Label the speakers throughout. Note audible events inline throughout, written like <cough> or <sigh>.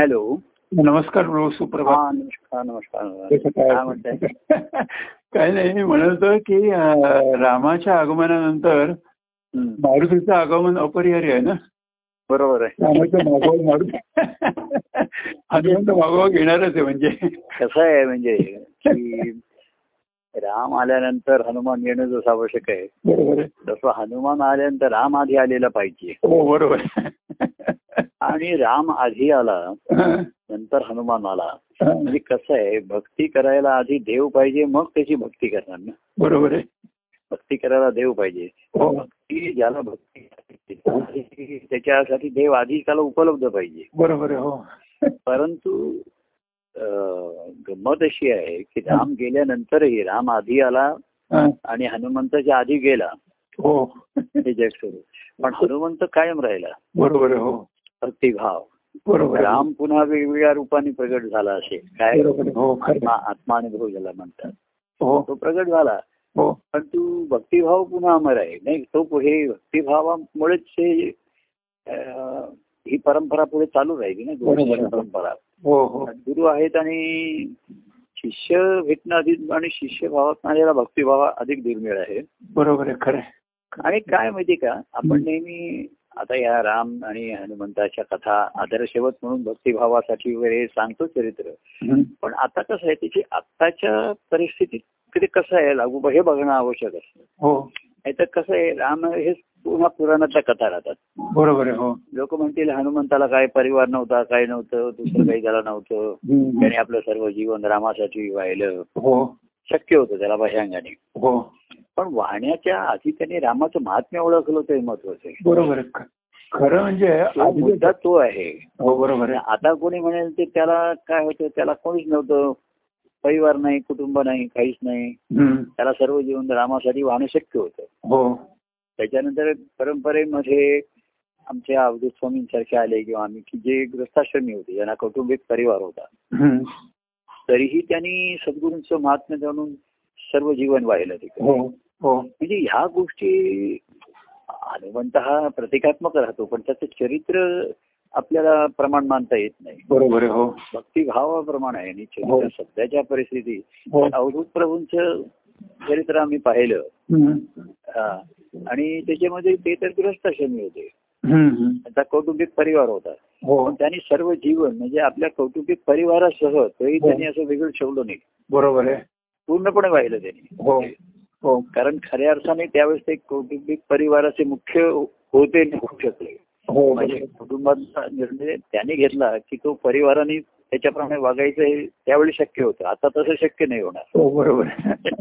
Speaker 1: Hello
Speaker 2: नमस्कार प्रभू सुप्रभात
Speaker 1: हा नमस्कार नमस्कार
Speaker 2: कसं काय?
Speaker 1: काय म्हणताय
Speaker 2: <laughs> काही नाही मी म्हणत होतो की अं, रामाच्या आगमनानंतर
Speaker 1: हं,
Speaker 2: मारुतीचं आगमन अपरिहार्य आहे ना
Speaker 1: बरोबर आहे
Speaker 2: रामाचं मागोवा मारुती <laughs> हनुमंत मागोवा घेणारच आहे म्हणजे
Speaker 1: कसं आहे म्हणजे की राम आल्यानंतर हनुमान येणं जसं आवश्यक आहे
Speaker 2: बरोबर आहे.
Speaker 1: तसं हनुमान आल्यानंतर राम आधी आलेला पाहिजे
Speaker 2: हो बरोबर
Speaker 1: आणि राम आधी आला
Speaker 2: हं,
Speaker 1: नंतर हनुमान आला
Speaker 2: हं,
Speaker 1: म्हणजे कसं आहे भक्ती करायला आधी देव पाहिजे मग त्याची भक्ती करणार ना
Speaker 2: बरोबर आहे
Speaker 1: भक्ती करायला देव पाहिजे
Speaker 2: हो
Speaker 1: भक्ती ज्याला भक्ती करायची, त्याच्यासाठी देव आधी त्याला उपलब्ध पाहिजे
Speaker 2: बरोबर आहे हो
Speaker 1: परंतु अं, गंमत अशी आहे की राम गेल्यानंतरही राम आधी आला
Speaker 2: हं,
Speaker 1: आणि हनुमंताच्या आधी गेला
Speaker 2: हो
Speaker 1: हे जगस्वरूप पण हनुमंत कायम राहिला
Speaker 2: बरोबर आहे हो
Speaker 1: भक्तिभाव
Speaker 2: बरोबर आहे.
Speaker 1: राम पुन्हा वेगवेगळ्या रूपाने प्रगट झाला असे काय
Speaker 2: बरोबर आहे. हो खरं आहे.
Speaker 1: आत्मा- आत्मानुभव ज्याला म्हणतात
Speaker 2: हो
Speaker 1: तो प्रगट झाला
Speaker 2: हो
Speaker 1: पण तू भक्तिभाव पुन्हा अमर आहे नाही तो पुढे भक्तिभावामुळेच हे अं, ही परंपरा पुढे चालू राहिली ना
Speaker 2: बरोबर
Speaker 1: गुरुची
Speaker 2: आहे.
Speaker 1: परंपरा
Speaker 2: हो हो
Speaker 1: गुरु आहेत आणि शिष्य भेटणं अधिक आणि शिष्यभावात आलेला भक्तिभाव हा अधिक दुर्मिळ आहे
Speaker 2: बरोबर आहे खरं आहे.
Speaker 1: आणि काय माहिती का आपण
Speaker 2: हं.
Speaker 1: नेहमी आता या राम आणि हनुमंताच्या कथा आदर्शवत म्हणून भक्तिभावासाठी वगैरे सांगतो चरित्र
Speaker 2: हं,
Speaker 1: पण आता कसं आहे त्याची आत्ताच्या परिस्थितीत ते कसं आहे लागू हे बघणं आवश्यक असतं
Speaker 2: हो
Speaker 1: नाहीतर कसं आहे राम हे पुन्हा पुराणातल्या कथा राहतात
Speaker 2: बरोबर आहे हो
Speaker 1: लोक म्हणतील हनुमंताला काय परिवार नव्हता काय नव्हतं दुसरं काही त्याला नव्हतं
Speaker 2: हं,
Speaker 1: त्याने आपलं सर्व जीवन रामासाठी वाहिलं
Speaker 2: हो
Speaker 1: शक्य होतं त्याला भयांगाने
Speaker 2: हो
Speaker 1: पण वाहण्याच्या आधी त्यांनी रामाचं महात्म्य ओळखलं ते महत्वाचं आहे
Speaker 2: बरोबर आहे ख- खरं म्हणजे
Speaker 1: तो
Speaker 2: आधी-
Speaker 1: मुद्दा तो आहे
Speaker 2: हो बरोबर आहे
Speaker 1: आता कोणी म्हणेल ते त्याला काय होतं त्याला कोणीच नव्हतं परिवार नाही कुटुंब नाही काहीच नाही
Speaker 2: हं,
Speaker 1: त्याला सर्व जीवन रामासाठी वाहणं शक्य होतं
Speaker 2: हो
Speaker 1: त्याच्यानंतर परंपरेमध्ये आमच्या अवधूत स्वामींसारखे आले किंवा आम्ही की जे ग्रस्ताश्रमी होते ज्यांना कौटुंबिक परिवार होता
Speaker 2: हं,
Speaker 1: तरीही त्यांनी सद्गुरूंचं महात्म्य जाणून सर्व जीवन वाहिलं तिकडे
Speaker 2: हो हो
Speaker 1: म्हणजे ह्या गोष्टी हनुमंत हा प्रतिकात्मक राहतो पण त्याचं चरित्र आपल्याला प्रमाण मानता येत नाही
Speaker 2: बरोबर आहे हो
Speaker 1: भक्तिभावाप्रमाण आहे आणि
Speaker 2: हो.
Speaker 1: चरित्र सध्याच्या परिस्थितीत
Speaker 2: हो
Speaker 1: अवधूत प्रभूंचं चरित्र आम्ही पाहिलं
Speaker 2: हं,
Speaker 1: हा. आणि त्याच्यामध्ये ते तर ग्रस्ताश्रमी होते
Speaker 2: हं, हं.
Speaker 1: त्यांचा कौटुंबिक परिवार होता
Speaker 2: हो
Speaker 1: पण त्यांनी सर्व जीवन म्हणजे आपल्या कौटुंबिक परिवारासह तोही
Speaker 2: हो.
Speaker 1: त्यांनी असं वेगळं ठेवलं नाही
Speaker 2: बरोबर आहे
Speaker 1: पूर्णपणे वाहिलं त्यांनी
Speaker 2: हो हो
Speaker 1: कारण खऱ्या अर्थाने त्यावेळेस ते कौटुंबिक परिवाराचे मुख्य होते आणि होऊ शकले
Speaker 2: हो
Speaker 1: म्हणजे कुटुंबाचा निर्णय त्याने घेतला की तो परिवाराने त्याच्याप्रमाणे वागायचं हे त्यावेळी शक्य होतं आता तसं शक्य नाही
Speaker 2: <laughs>
Speaker 1: होणार
Speaker 2: हो बरोबर आहे.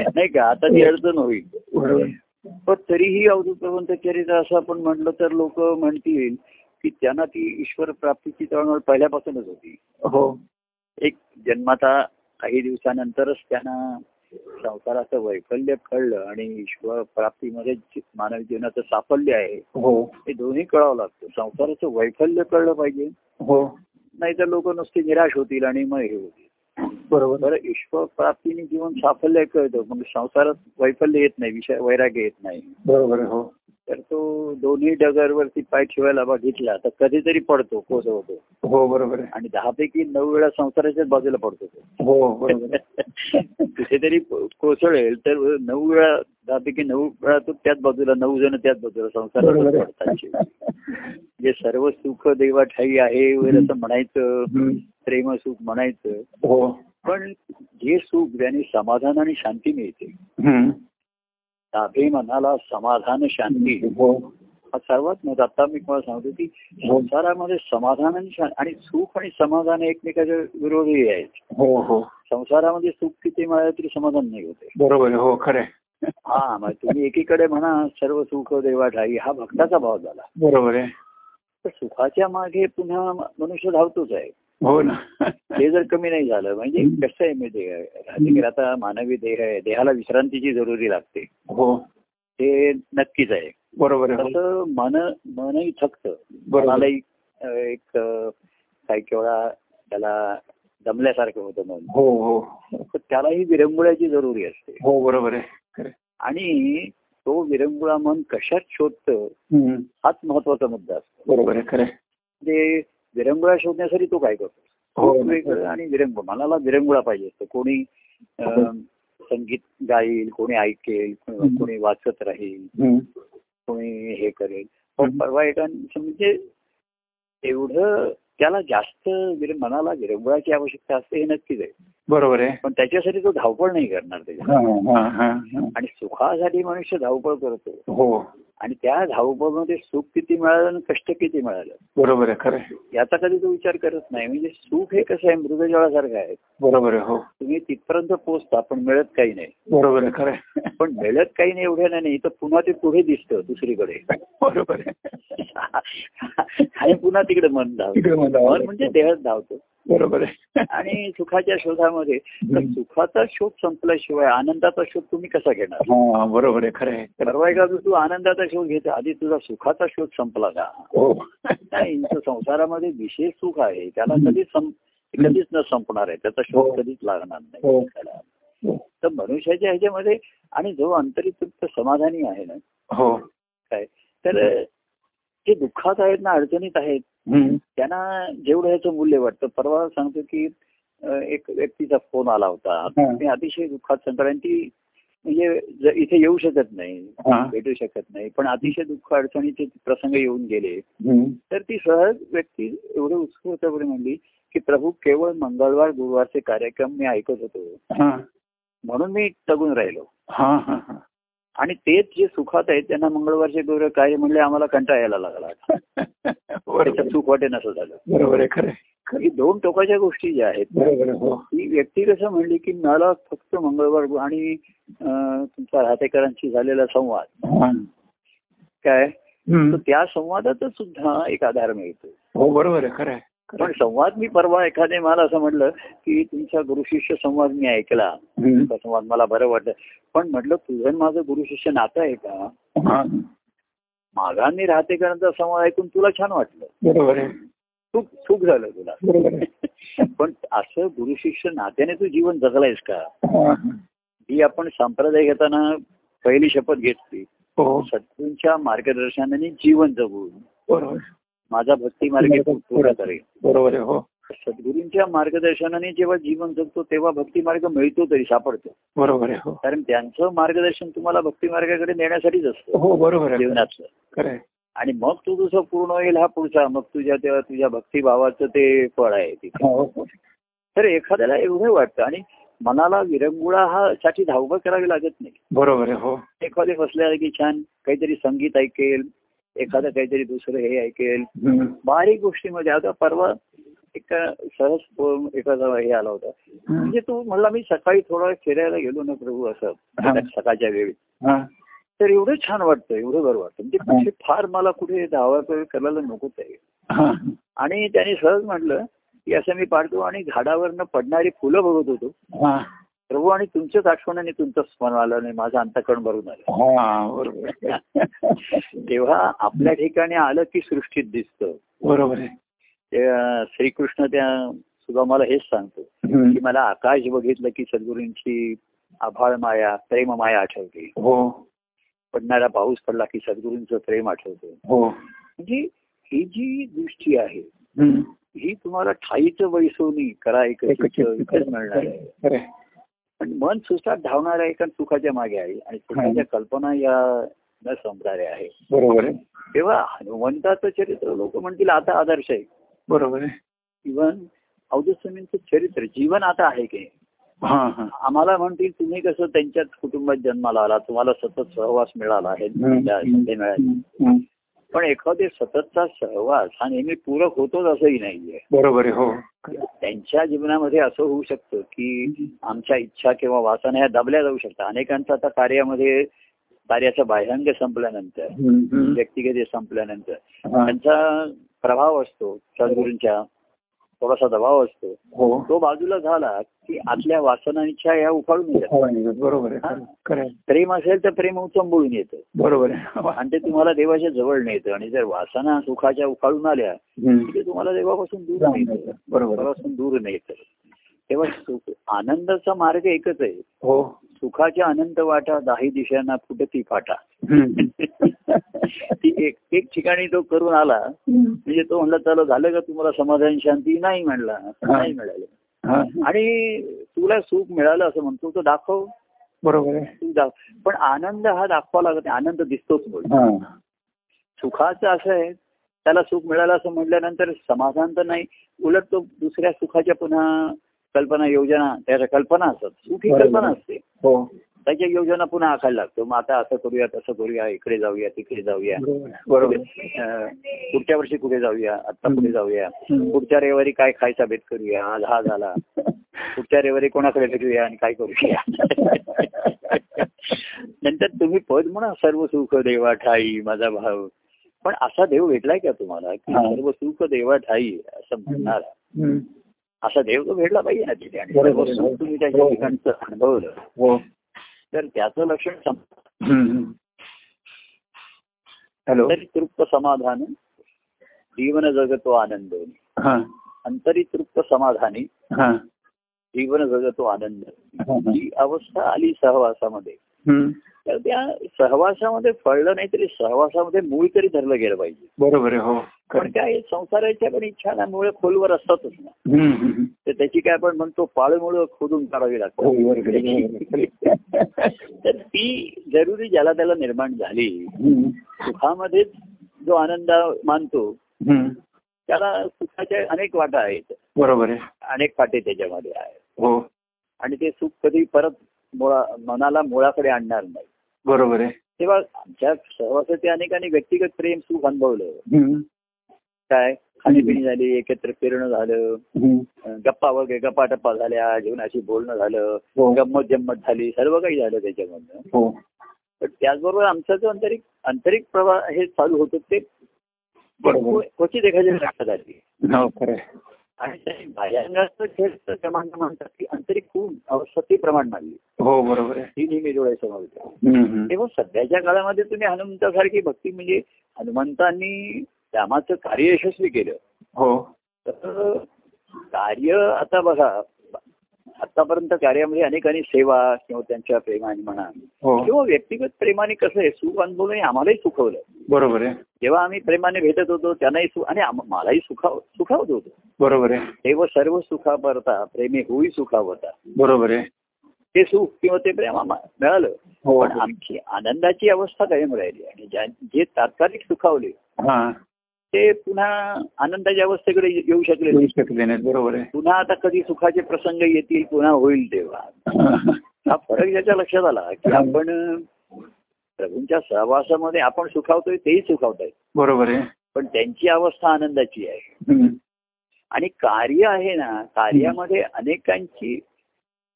Speaker 1: नाही का आता ती अडचण होईल
Speaker 2: बरोबर आहे.
Speaker 1: पण तरीही अवधूत प्रवंत चरित्र असं आपण म्हणलं तर लोक म्हणतील की त्यांना ती ईश्वर प्राप्तीची तळमळ पहिल्यापासूनच होती
Speaker 2: हो
Speaker 1: एक जन्माता काही दिवसानंतरच त्यांना संसाराचं वैफल्य कळलं आणि ईश्वर प्राप्तीमध्ये जी- मानव जीवनाचं साफल्य आहे
Speaker 2: हो
Speaker 1: हे दोन्ही कळावं लागतं संसाराचं वैफल्य कळलं पाहिजे
Speaker 2: हो
Speaker 1: नाहीतर लोक नुसते निराश होतील आणि मग हे होतील
Speaker 2: बरोबर
Speaker 1: बरं ईश्वर प्राप्तीने जीवन साफल्य कळतं पण संसारात वैफल्य येत नाही विषय वैराग्य येत नाही
Speaker 2: बरोबर आहे. हो
Speaker 1: तर तो दोन्ही डगरवरती पाय ठेवायला बघितला तर कधीतरी पडतो कोसळतो
Speaker 2: हो बरोबर आहे.
Speaker 1: आणि दहापैकी नऊ वेळा संसाराच्याच बाजूला पडतो तो
Speaker 2: हो <laughs> बरोबर आहे.
Speaker 1: कुठेतरी को- कोसळेल तर नऊ वेळा दहापैकी नऊ वेळा तो त्याच बाजूला नऊ जण त्याच बाजूला
Speaker 2: बरोबर
Speaker 1: संसारात
Speaker 2: आहे.
Speaker 1: पडतात शेवटी. जे सर्व सुख देवा ठाई आहे वगैरे असं म्हणायचं
Speaker 2: हं,
Speaker 1: प्रेम सुख म्हणायचं
Speaker 2: हो
Speaker 1: पण जे सुख ज्याने समाधान आणि शांती मिळते
Speaker 2: हं.
Speaker 1: साधे मनाला समाधान शांती
Speaker 2: हो
Speaker 1: हा सर्वात महत्व आता मी तुम्हाला सांगतो की
Speaker 2: हो.
Speaker 1: संसारामध्ये समाधान आणि शां- आणि सुख आणि समाधान हे एकमेकाच्या विरोधी आहेत
Speaker 2: हो हो
Speaker 1: संसारामध्ये सुख किती मिळालं तरी समाधान नाही होते
Speaker 2: बरोबर आहे. हो खरं आहे.
Speaker 1: हा मग तुम्ही एकीकडे म्हणा सर्व सुख देवा ठाई हा भक्ताचा भाव झाला
Speaker 2: बरोबर आहे
Speaker 1: तर सुखाच्या मागे पुन्हा मनुष्य धावतोच आहे
Speaker 2: हो ना
Speaker 1: ते जर कमी नाही झालं म्हणजे कसं आहे मी देह आता मानवी देह आहे देहाला विश्रांतीची जरुरी लागते
Speaker 2: हो
Speaker 1: ते नक्कीच आहे
Speaker 2: बरोबर आहे हो.
Speaker 1: तसं मन मनही थकतं
Speaker 2: बरोबर
Speaker 1: मनालाही अ, एक अ, काही केवळा त्याला दमल्यासारखं होतं मन
Speaker 2: हो हो
Speaker 1: तर त्यालाही विरंगुळ्याची जरुरी असते
Speaker 2: हो बरोबर आहे खरं आहे.
Speaker 1: आणि तो विरंगुळा मन कशात शोधतं
Speaker 2: हम्म.
Speaker 1: हाच महत्वाचा मुद्दा असतो
Speaker 2: बरोबर आहे खरं आहे.
Speaker 1: म्हणजे विरंगुळा शोधण्यासाठी तो काय करतो
Speaker 2: हो,
Speaker 1: खूप वेगळं आणि विरंगुळा मनाला विरंगुळा पाहिजे असतो कोणी अं, संगीत गाईल कोणी ऐकेल
Speaker 2: हम्म.
Speaker 1: कोणी वाचत राहील
Speaker 2: हम्म.
Speaker 1: कोणी हे करेल पण
Speaker 2: हम्म.
Speaker 1: परवा एका दिवशी म्हणजे एवढं त्याला जास्त विर- मनाला विरंगुळाची आवश्यकता असते हे नक्कीच आहे
Speaker 2: बरोबर आहे
Speaker 1: पण त्याच्यासाठी तो धावपळ नाही करणार त्याच्या
Speaker 2: हा, हा, हा, हा.
Speaker 1: आणि सुखासाठी मनुष्य धावपळ करतो
Speaker 2: हो
Speaker 1: आणि त्या धावपळमध्ये सुख किती मिळालं आणि कष्ट किती मिळालं
Speaker 2: बरोबर आहे खरं आहे.
Speaker 1: याचा कधी तो विचार करत नाही म्हणजे सुख हे कसं आहे मृगजळासारखं आहे
Speaker 2: बरोबर आहे हो
Speaker 1: तुम्ही तिथपर्यंत पोहोचता पण मिळत काही नाही
Speaker 2: बरोबर आहे खरं आहे.
Speaker 1: पण मिळत काही नाही एवढ्या नाही तर पुन्हा ते पुढे दिसतं दुसरीकडे <laughs>
Speaker 2: बरोबर आहे
Speaker 1: आणि पुन्हा तिकडे मन धावतं
Speaker 2: तिकडे मला
Speaker 1: मन
Speaker 2: आवडतं.
Speaker 1: म्हणजे देहात धावतो
Speaker 2: बरोबर आहे
Speaker 1: आणि सुखाच्या शोधामध्ये तर
Speaker 2: हम्म.
Speaker 1: सुखाचा शोध संपल्याशिवाय आनंदाचा शोध तुम्ही कसा घेणार
Speaker 2: हा बरोबर आहे खरं आहे खरं आहे.
Speaker 1: परवा एका दिवशी तू आनंदाचा शोध घेतो आधी तुझा सुखाचा शोध संपला का
Speaker 2: हो
Speaker 1: नाही तर संसारामध्ये विशेष सुख आहे त्याला
Speaker 2: हम्म.
Speaker 1: कधीच सं- कधीच न संपणार आहे त्याचा शोध
Speaker 2: हो.
Speaker 1: कधीच लागणार नाही
Speaker 2: हो.
Speaker 1: त्याला. तर मनुष्याच्या ह्याच्यामध्ये आणि जो अंतरित तृप्त समाधानी आहे ना
Speaker 2: हो
Speaker 1: काय तर जे दुःखात आहेत ना अडचणीत आहेत
Speaker 2: हम्म.
Speaker 1: त्यांना जेवढं ह्याचं मूल्य वाटतं परवा सांगतो की अं, एक व्यक्तीचा फोन आला होता
Speaker 2: हा.
Speaker 1: ते अतिशय दुःखात सांगतात आणि ती म्हणजे ज- इथे येऊ शकत नाही
Speaker 2: हा.
Speaker 1: भेटू शकत नाही पण अतिशय दुःख अडचणीचे प्रसंग येऊन गेले
Speaker 2: हम्म.
Speaker 1: तर ती सहज व्यक्ती एवढं उत्स्फूर्तपणे म्हणली की प्रभू केवळ मंगळवार गुरुवारचे कार्यक्रम मी ऐकत होतो
Speaker 2: हा
Speaker 1: म्हणून मी तगून राहिलो
Speaker 2: हा हा हा.
Speaker 1: आणि तेच जे सुखात आहेत त्यांना मंगळवारचे गुरुवार कार्य म्हणले आम्हाला कंटाळा यायला लागला
Speaker 2: बरोबर
Speaker 1: त्याच्यात
Speaker 2: आहे.
Speaker 1: सुख वाटेन असं झालं
Speaker 2: बरोबर आहे खरं आहे.
Speaker 1: ही दोन टोकाच्या गोष्टी ज्या आहेत
Speaker 2: बरोबर आहे हो
Speaker 1: ती व्यक्ती कसं म्हणली की मला फक्त मंगळवार गु- आणि अं, तुमचा राहतेकरांशी झालेला संवाद
Speaker 2: हा.
Speaker 1: काय तर
Speaker 2: हम्म.
Speaker 1: त्या संवादातच सुद्धा एक आधार मिळतो
Speaker 2: हो बरोबर आहे खरं आहे खरं
Speaker 1: पण
Speaker 2: आहे.
Speaker 1: संवाद मी परवा एखादे मला असं म्हटलं की तुमचा गुरुशिष्य संवाद मी ऐकला
Speaker 2: हम्म.
Speaker 1: तुमचा संवाद मला बरं वाटलं पण म्हटलं तुझं आणि माझं गुरुशिष्य नातं आहे का
Speaker 2: हा.
Speaker 1: माघांनी राहतेकरांचा संवाद ऐकून तुला छान वाटलं
Speaker 2: बरोबर आहे
Speaker 1: खूप सुख झालं
Speaker 2: <laughs>
Speaker 1: तुला
Speaker 2: बरोबर आहे
Speaker 1: पण असं गुरुशिष्य नात्याने तू जीवन जगलायस का
Speaker 2: हा, हा.
Speaker 1: ही आपण संप्रदाय घेताना पहिली शपथ घेतली
Speaker 2: हो
Speaker 1: सद्गुरूंच्या मार्गदर्शनाने जीवन जगून
Speaker 2: बरोबर आहे.
Speaker 1: माझा भक्ती मार्ग तू पूर्ण करेल
Speaker 2: बरोबर आहे हो
Speaker 1: सद्गुरूंच्या मार्गदर्शनाने जेव्हा जीवन जगतो तेव्हा भक्ती मार्ग मिळतो तरी सापडतो
Speaker 2: बरोबर आहे हो
Speaker 1: कारण त्यांचं मार्गदर्शन तुम्हाला भक्ती मार्गाकडे नेण्यासाठीच असतं
Speaker 2: हो बरोबर आहे
Speaker 1: जीवनाचं
Speaker 2: खरं आहे.
Speaker 1: आणि मग तू तुझं पूर्ण होईल हा पुढचा मग तुझ्या त्या तुझ्या भक्तिभावाचं ते फळ आहे तिथे
Speaker 2: हो, हो.
Speaker 1: तर एखाद्याला एवढं वाटतं आणि मनाला विरंगुळा हा साठी धावपळ करावी लागत नाही
Speaker 2: बरोबर आहे हो
Speaker 1: एखादे बसले की छान काहीतरी संगीत ऐकेल एखादं काहीतरी दुसरं हे ऐकेल
Speaker 2: हम्म.
Speaker 1: बारीक गोष्टीमध्ये आता परवा एक सहज फोन एखादा हे आला होता म्हणजे तो म्हणला मी सकाळी थोडा वेळ फिरायला गेलो ना प्रभू असं
Speaker 2: हा.
Speaker 1: सकाळच्या वेळी
Speaker 2: हा.
Speaker 1: तर एवढं छान वाटतं एवढं बरं वाटतं म्हणजे कुठे फार मला कुठे धावापळ करायला नकोच आहे
Speaker 2: हा.
Speaker 1: आणि त्याने सहज म्हटलं की असं मी पाडतो आणि झाडावरनं पडणारी फुलं बघत होतो
Speaker 2: हा.
Speaker 1: प्रभू आणि तुमच्याच आठवणाने तुमचं स्मरण आलं आणि माझं अंतकरण भरून आलं
Speaker 2: हा, बरोबर आहे.
Speaker 1: तेव्हा आपल्या ठिकाणी आलं की सृष्टीत दिसतं
Speaker 2: बरोबर आहे
Speaker 1: ते, अं, श्रीकृष्ण त्या सुद्धा मला हेच सांगतो की
Speaker 2: हम्म.
Speaker 1: मला आकाश बघितलं की सद्गुरूंची आभाळ माया प्रेम माया आठवते
Speaker 2: हो
Speaker 1: पडणारा पाऊस पडला की सद्गुरूंचं प्रेम आठवते
Speaker 2: हो
Speaker 1: म्हणजे ही जी दृष्टी आहे
Speaker 2: हम्म.
Speaker 1: ही तुम्हाला ठाईच वैसोनी करा एक
Speaker 2: एकचित्त.
Speaker 1: मिळणार आहे
Speaker 2: खरं आहे.
Speaker 1: पण मन सुस्तात धावणार आहे कारण सुखाच्या मागे आहे आणि सुखाच्या कल्पना या न संपणाऱ्या आहे
Speaker 2: बरोबर आहे
Speaker 1: तेव्हा हनुमंताचं चरित्र लोक म्हणतील आता आदर्श आहे
Speaker 2: बरोबर आहे
Speaker 1: इव्हन अवधस्वामींचं चरित्र जीवन आता आहे की
Speaker 2: हा हा
Speaker 1: आम्हाला म्हणतील तुम्ही कसं त्यांच्याच कुटुंबात जन्माला आला तुम्हाला सतत सहवास मिळाला हे संधी मिळाली
Speaker 2: हम्म.
Speaker 1: पण एखादे सततचा सहवास हा नेहमी पूरक होतोच असंही नाहीये
Speaker 2: बरोबर आहे हो
Speaker 1: त्यांच्या जीवनामध्ये असं होऊ शकतं की आमच्या इच्छा किंवा वासना ह्या दबल्या जाऊ शकतात अनेकांचं आता कार्यामध्ये कार्याचं बाह्यांग संपल्यानंतर
Speaker 2: हम्म. हम्म.
Speaker 1: व्यक्तिगत हे संपल्यानंतर
Speaker 2: हा.
Speaker 1: त्यांचा प्रभाव असतो सद्गुरूंच्या थोडासा दबाव असतो
Speaker 2: हो
Speaker 1: तो बाजूला झाला की आतल्या वासनांच्या या उफाळून येतात
Speaker 2: बरोबर आहे खरं आहे. खरं आहे.
Speaker 1: प्रेम असेल तर प्रेम उचंबळून येतं
Speaker 2: बरोबर आहे
Speaker 1: आणि ते तुम्हाला देवाच्या जवळ नेतं आणि जर वासना सुखाच्या उफाळून आल्या
Speaker 2: हम्म.
Speaker 1: की ते तुम्हाला देवापासून दूर नेतं
Speaker 2: बरोबर आहे.
Speaker 1: देवापासून दूर नेतं तेव्हा सुख आनंदाचा मार्ग एकच आहे
Speaker 2: हो
Speaker 1: सुखाच्या अनंत वाटा दाही दिशांना फुटती फाटा
Speaker 2: हम्म.
Speaker 1: ती एक एक ठिकाणी तो करून आला म्हणजे तो म्हणला चला झालं का तुम्हाला समाधान शांती नाही म्हणला नाही मिळालं
Speaker 2: हा,
Speaker 1: आणि तुला सुख मिळालं असं म्हणतो तो दाखव
Speaker 2: बरोबर आहे
Speaker 1: तू दाख पण आनंद हा दाखवा लागत नाही आनंद दिसतोच म्हणून
Speaker 2: हा,
Speaker 1: सुखाचं असं आहे त्याला सुख मिळालं असं म्हटल्यानंतर समाधान तर नाही उलट तो दुसऱ्या सुखाच्या पुन्हा कल्पना योजना त्याच्या कल्पना असतात सुख ही
Speaker 2: बरोबर.
Speaker 1: कल्पना असते
Speaker 2: हो
Speaker 1: त्याच्या योजना पुन्हा आखायला लागतो मग आता असं करूया तसं करूया इकडे जाऊया तिकडे जाऊया
Speaker 2: बरोबर आहे, बरोबर आहे.
Speaker 1: अं, पुढच्या वर्षी कुठे जाऊया आता कुठे जाऊया
Speaker 2: म्हणजे हम्म.
Speaker 1: पुढच्या रविवारी काय खायचा भेट करूया आज हा झाला पुढच्या रविवारी कोणाकडे भेटूया आणि काय करूया <laughs> नंतर तुम्ही पद म्हणा सर्व सुख देवा ठाई माझा भाव पण असा देव भेटलाय का तुम्हाला की
Speaker 2: हा.
Speaker 1: सर्व सुख देवा ठाई असं म्हणणार
Speaker 2: हम्म,
Speaker 1: असा देव तो भेटला पाहिजे ना तिथे आणि
Speaker 2: बरोबर,
Speaker 1: सर्व सुख
Speaker 2: बरोबर.
Speaker 1: तुम्ही त्याच्या ठिकाणचं अनुभवलं
Speaker 2: हो
Speaker 1: तर त्याचं लक्षण सम-
Speaker 2: हॅलो
Speaker 1: अंतरी तृप्त समाधान जीवन जगतो आनंद
Speaker 2: हा
Speaker 1: अंतरी तृप्त समाधानी
Speaker 2: हा
Speaker 1: जीवन जगतो आनंद
Speaker 2: हा, हा.
Speaker 1: ही अवस्था आली सहवासामध्ये
Speaker 2: हम्म,
Speaker 1: तर त्या सहवासामध्ये फळलं नाही तरी सहवासामध्ये मूळ तरी धरलं गेलं पाहिजे
Speaker 2: बरोबर आहे हो
Speaker 1: पण
Speaker 2: correct.
Speaker 1: काय संसाराच्या पण इच्छा मुळे खोलवर असतातच ना
Speaker 2: हम्म, हम्म.
Speaker 1: तर त्याची काय आपण म्हणतो पाळमुळं खोदून काढावी
Speaker 2: हो, बरोबर आहे,
Speaker 1: लागते
Speaker 2: बरोबर आहे.
Speaker 1: <laughs> तर ती जरुरी ज्याला त्याला निर्माण झाली
Speaker 2: हम्म,
Speaker 1: सुखामध्येच जो आनंद मानतो
Speaker 2: हम्म.
Speaker 1: त्याला सुखाच्या अनेक वाटा आहेत
Speaker 2: बरोबर आहे
Speaker 1: अनेक पाटे त्याच्यामध्ये आहेत
Speaker 2: हो
Speaker 1: आणि ते सुख कधी परत मुळा मनाला मुळाकडे आणणार नाही
Speaker 2: बरोबर आहे
Speaker 1: तेव्हा आमच्या सहवासाचे अनेकांनी व्यक्तिगत प्रेम सुख अनुभवलं
Speaker 2: हम्म,
Speaker 1: काय खाणीपिणी झाली एकत्र फिरणं झालं
Speaker 2: हम्म.
Speaker 1: अं, गप्पा वगैरे गप्पा टप्पा झाल्या जीवनाशी बोलणं झालं
Speaker 2: हो
Speaker 1: गंमत जम्मत झाली सर्व काही झालं त्याच्यामधनं
Speaker 2: हो
Speaker 1: पण त्याचबरोबर आमचा जो आंतरिक आंतरिक प्रवाह हे चालू होतं ते
Speaker 2: बरोबर
Speaker 1: क्वचित एखादी लक्षात आली
Speaker 2: हो खरं आहे.
Speaker 1: आणि त्याने बाह्यांगाचं खेळ प्रमाण म्हणतात की आंतरिक खूण अवस्था ती प्रमाण मानली
Speaker 2: हो बरोबर आहे
Speaker 1: ही नेहमी डोळ्यासमोर होते.
Speaker 2: हम्म, हम्म.
Speaker 1: तेव्हा सध्याच्या काळामध्ये तुम्ही हनुमंतासारखी भक्ती म्हणजे हनुमंतांनी रामाचं कार्य यशस्वी केलं
Speaker 2: हो
Speaker 1: तर कार्य आता बघा आतापर्यंत कार्यामध्ये अनेकांनी सेवा किंवा त्यांच्या प्रेमाने म्हणा
Speaker 2: हो
Speaker 1: किंवा व्यक्तिगत प्रेमाने कसं आहे सुख अनुभवलं आम्हालाही सुखवलं
Speaker 2: बरोबर आहे
Speaker 1: जेव्हा आम्ही प्रेमाने भेटत होतो त्यांनाही सुख आणि आम- मलाही सुखाव सुखावत होतो
Speaker 2: बरोबर आहे
Speaker 1: तेव्हा सर्व सुखापरता प्रेमी होई सुखावता
Speaker 2: बरोबर आहे
Speaker 1: ते सुख किंवा ते प्रेम आम्हाला मिळालं
Speaker 2: हो
Speaker 1: पण आमची आनंदाची अवस्था कायम राहिली आणि ज्या जे तात्कालिक सुखावले
Speaker 2: हा
Speaker 1: ते पुन्हा आनंदाच्या अवस्थेकडे येऊ शकले
Speaker 2: येऊ
Speaker 1: नाही.
Speaker 2: शकले नाहीत बरोबर आहे
Speaker 1: पुन्हा आता कधी सुखाचे प्रसंग येतील पुन्हा होईल तेव्हा हा फरक ज्याच्या लक्षात आला की आपण प्रभूंच्या सहवासामध्ये आपण सुखावतोय तेही सुखावतायत
Speaker 2: बरोबर आहे
Speaker 1: पण त्यांची अवस्था आनंदाची आहे
Speaker 2: हम्म.
Speaker 1: आणि कार्य आहे ना कार्यामध्ये अनेकांची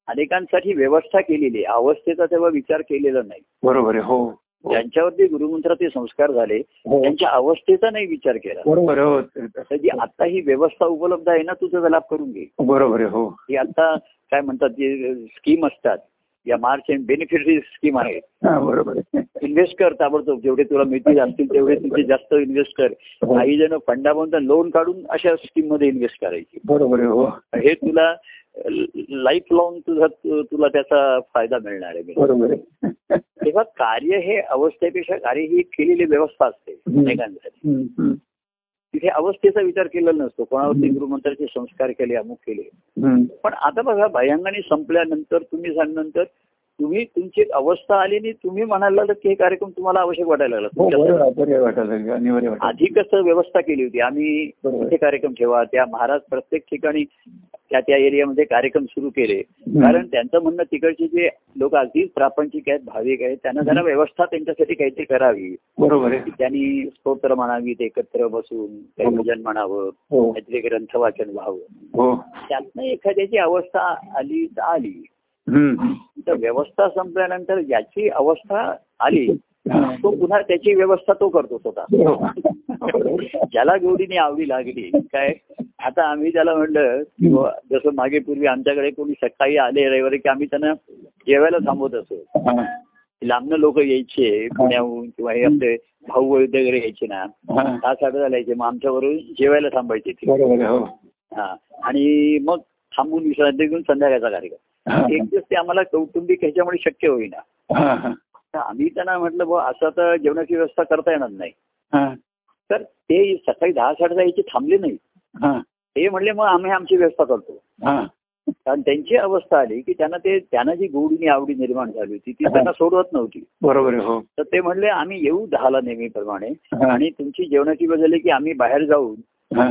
Speaker 1: अनेकांसाठी व्यवस्था केलेली आहे अवस्थेचा तेव्हा विचार केलेला नाही
Speaker 2: बरोबर आहे हो हो.
Speaker 1: ज्यांच्यावरती गुरुमंत्राचे संस्कार झाले
Speaker 2: हो.
Speaker 1: त्यांच्या अवस्थेचा नाही विचार केला
Speaker 2: बरोबर आहे
Speaker 1: तर जी आता ही व्यवस्था उपलब्ध आहे ना तू त्याचा लाभ करून घे
Speaker 2: हो बरोबर आहे हो
Speaker 1: ही आता काय म्हणतात जे स्कीम असतात या मार्च एंड बेनिफिट स्कीम आहे
Speaker 2: हा, बरोबर आहे
Speaker 1: इन्व्हेस्ट कर ताबडतोब जेवढे तुला मिळतील असतील तेवढे तुझे जास्त इन्व्हेस्ट कर
Speaker 2: हो.
Speaker 1: काही जण फंडामधून लोन काढून अशा स्कीम मध्ये इन्व्हेस्ट करायची
Speaker 2: बरोबर आहे हो
Speaker 1: हे तुला लाईफ लॉंग तुझा तु- तुला त्याचा फायदा मिळणार आहे
Speaker 2: बरोबर आहे
Speaker 1: तेव्हा कार्य हे अवस्थेपेक्षा कार्य ही एक केलेली व्यवस्था असते
Speaker 2: हम्म.
Speaker 1: अनेकांसाठी
Speaker 2: हम्म, हम्म.
Speaker 1: तिथे अवस्थेचा विचार केलेला नसतो कोणावरती
Speaker 2: हम्म.
Speaker 1: गुरुमंत्राचे संस्कार केले अमुक केले
Speaker 2: हम्म.
Speaker 1: पण आता बघा भयांगाने संपल्यानंतर तुम्ही झाल्यानंतर तुम्ही तुमची एक अवस्था आली आणि तुम्ही म्हणायला लागलात की हे कार्यक्रम तुम्हाला आवश्यक वाटायला लागला
Speaker 2: हो बरोबर
Speaker 1: तुमच्यासाठी.
Speaker 2: आहे. बरोबर वाटायला लागलं अनिवार्य वाटत
Speaker 1: आधी कसं व्यवस्था केली होती आम्ही
Speaker 2: बरोबर.
Speaker 1: इथे कार्यक्रम ठेवा त्या महाराज प्रत्येक ठिकाणी त्या त्या एरियामध्ये कार्यक्रम सुरू केले कारण त्यांचं म्हणणं तिकडचे जे लोक अगदी प्रापंचिक आहेत भाविक आहेत त्यांना जरा व्यवस्था त्यांच्यासाठी काहीतरी करावी
Speaker 2: बरोबर आहे
Speaker 1: की त्यांनी स्तोत्र म्हणावीत एकत्र बसून काही भजन म्हणावं
Speaker 2: हो
Speaker 1: काहीतरी ग्रंथ वाचन व्हावं
Speaker 2: हो
Speaker 1: त्यातनं एखाद्याची अवस्था आली तर आली
Speaker 2: हम्म.
Speaker 1: तर व्यवस्था संपल्यानंतर ज्याची अवस्था आली
Speaker 2: हा.
Speaker 1: तो पुन्हा त्याची व्यवस्था तो करतो स्वतः
Speaker 2: हो. बरोबर आहे.
Speaker 1: ज्याला गौरीने आवडी लागली काय आता आम्ही त्याला म्हणलं की बुवा, जसं मागे पूर्वी आमच्याकडे कोणी सकाळी आले रविवारी की आम्ही त्यांना जेवायला थांबवत असो
Speaker 2: हा.
Speaker 1: लांबनं लोक यायचे पुण्याहून किंवा हे आपले भाऊ वगैरे यायचे ना
Speaker 2: हा.
Speaker 1: तास साडे झाला यायचे मग आमच्याबरोबर जेवायला थांबायचे ते
Speaker 2: बरोबर आहे हो
Speaker 1: हा आणि मग थांबून विश्रांती घेऊन संध्याकाळचा कार्यक्रम
Speaker 2: हा.
Speaker 1: एक दिवस ते आम्हाला कौटुंबिक ह्याच्यामुळे शक्य होईना
Speaker 2: हा. हा.
Speaker 1: तर आम्ही त्यांना म्हटलं भाऊ असं तर जेवणाची व्यवस्था करता येणार नाही
Speaker 2: हा,
Speaker 1: तर ते सकाळी दहा साडे दहा याची थांबले नाही
Speaker 2: हा,
Speaker 1: ते म्हणले मग आम्ही आमची व्यवस्था करतो
Speaker 2: हा.
Speaker 1: कारण त्यांची अवस्था आली की त्यांना ते त्यांना जी गोडीनी आवडी निर्माण झाली होती ती त्यांना सोडवत नव्हती
Speaker 2: बरोबर आहे हो
Speaker 1: तर ते म्हणले आम्ही येऊ दहाला नेहमीप्रमाणे
Speaker 2: हा,
Speaker 1: आणि तुमची जेवणाची वेळ झाली की आम्ही बाहेर जाऊ
Speaker 2: हा.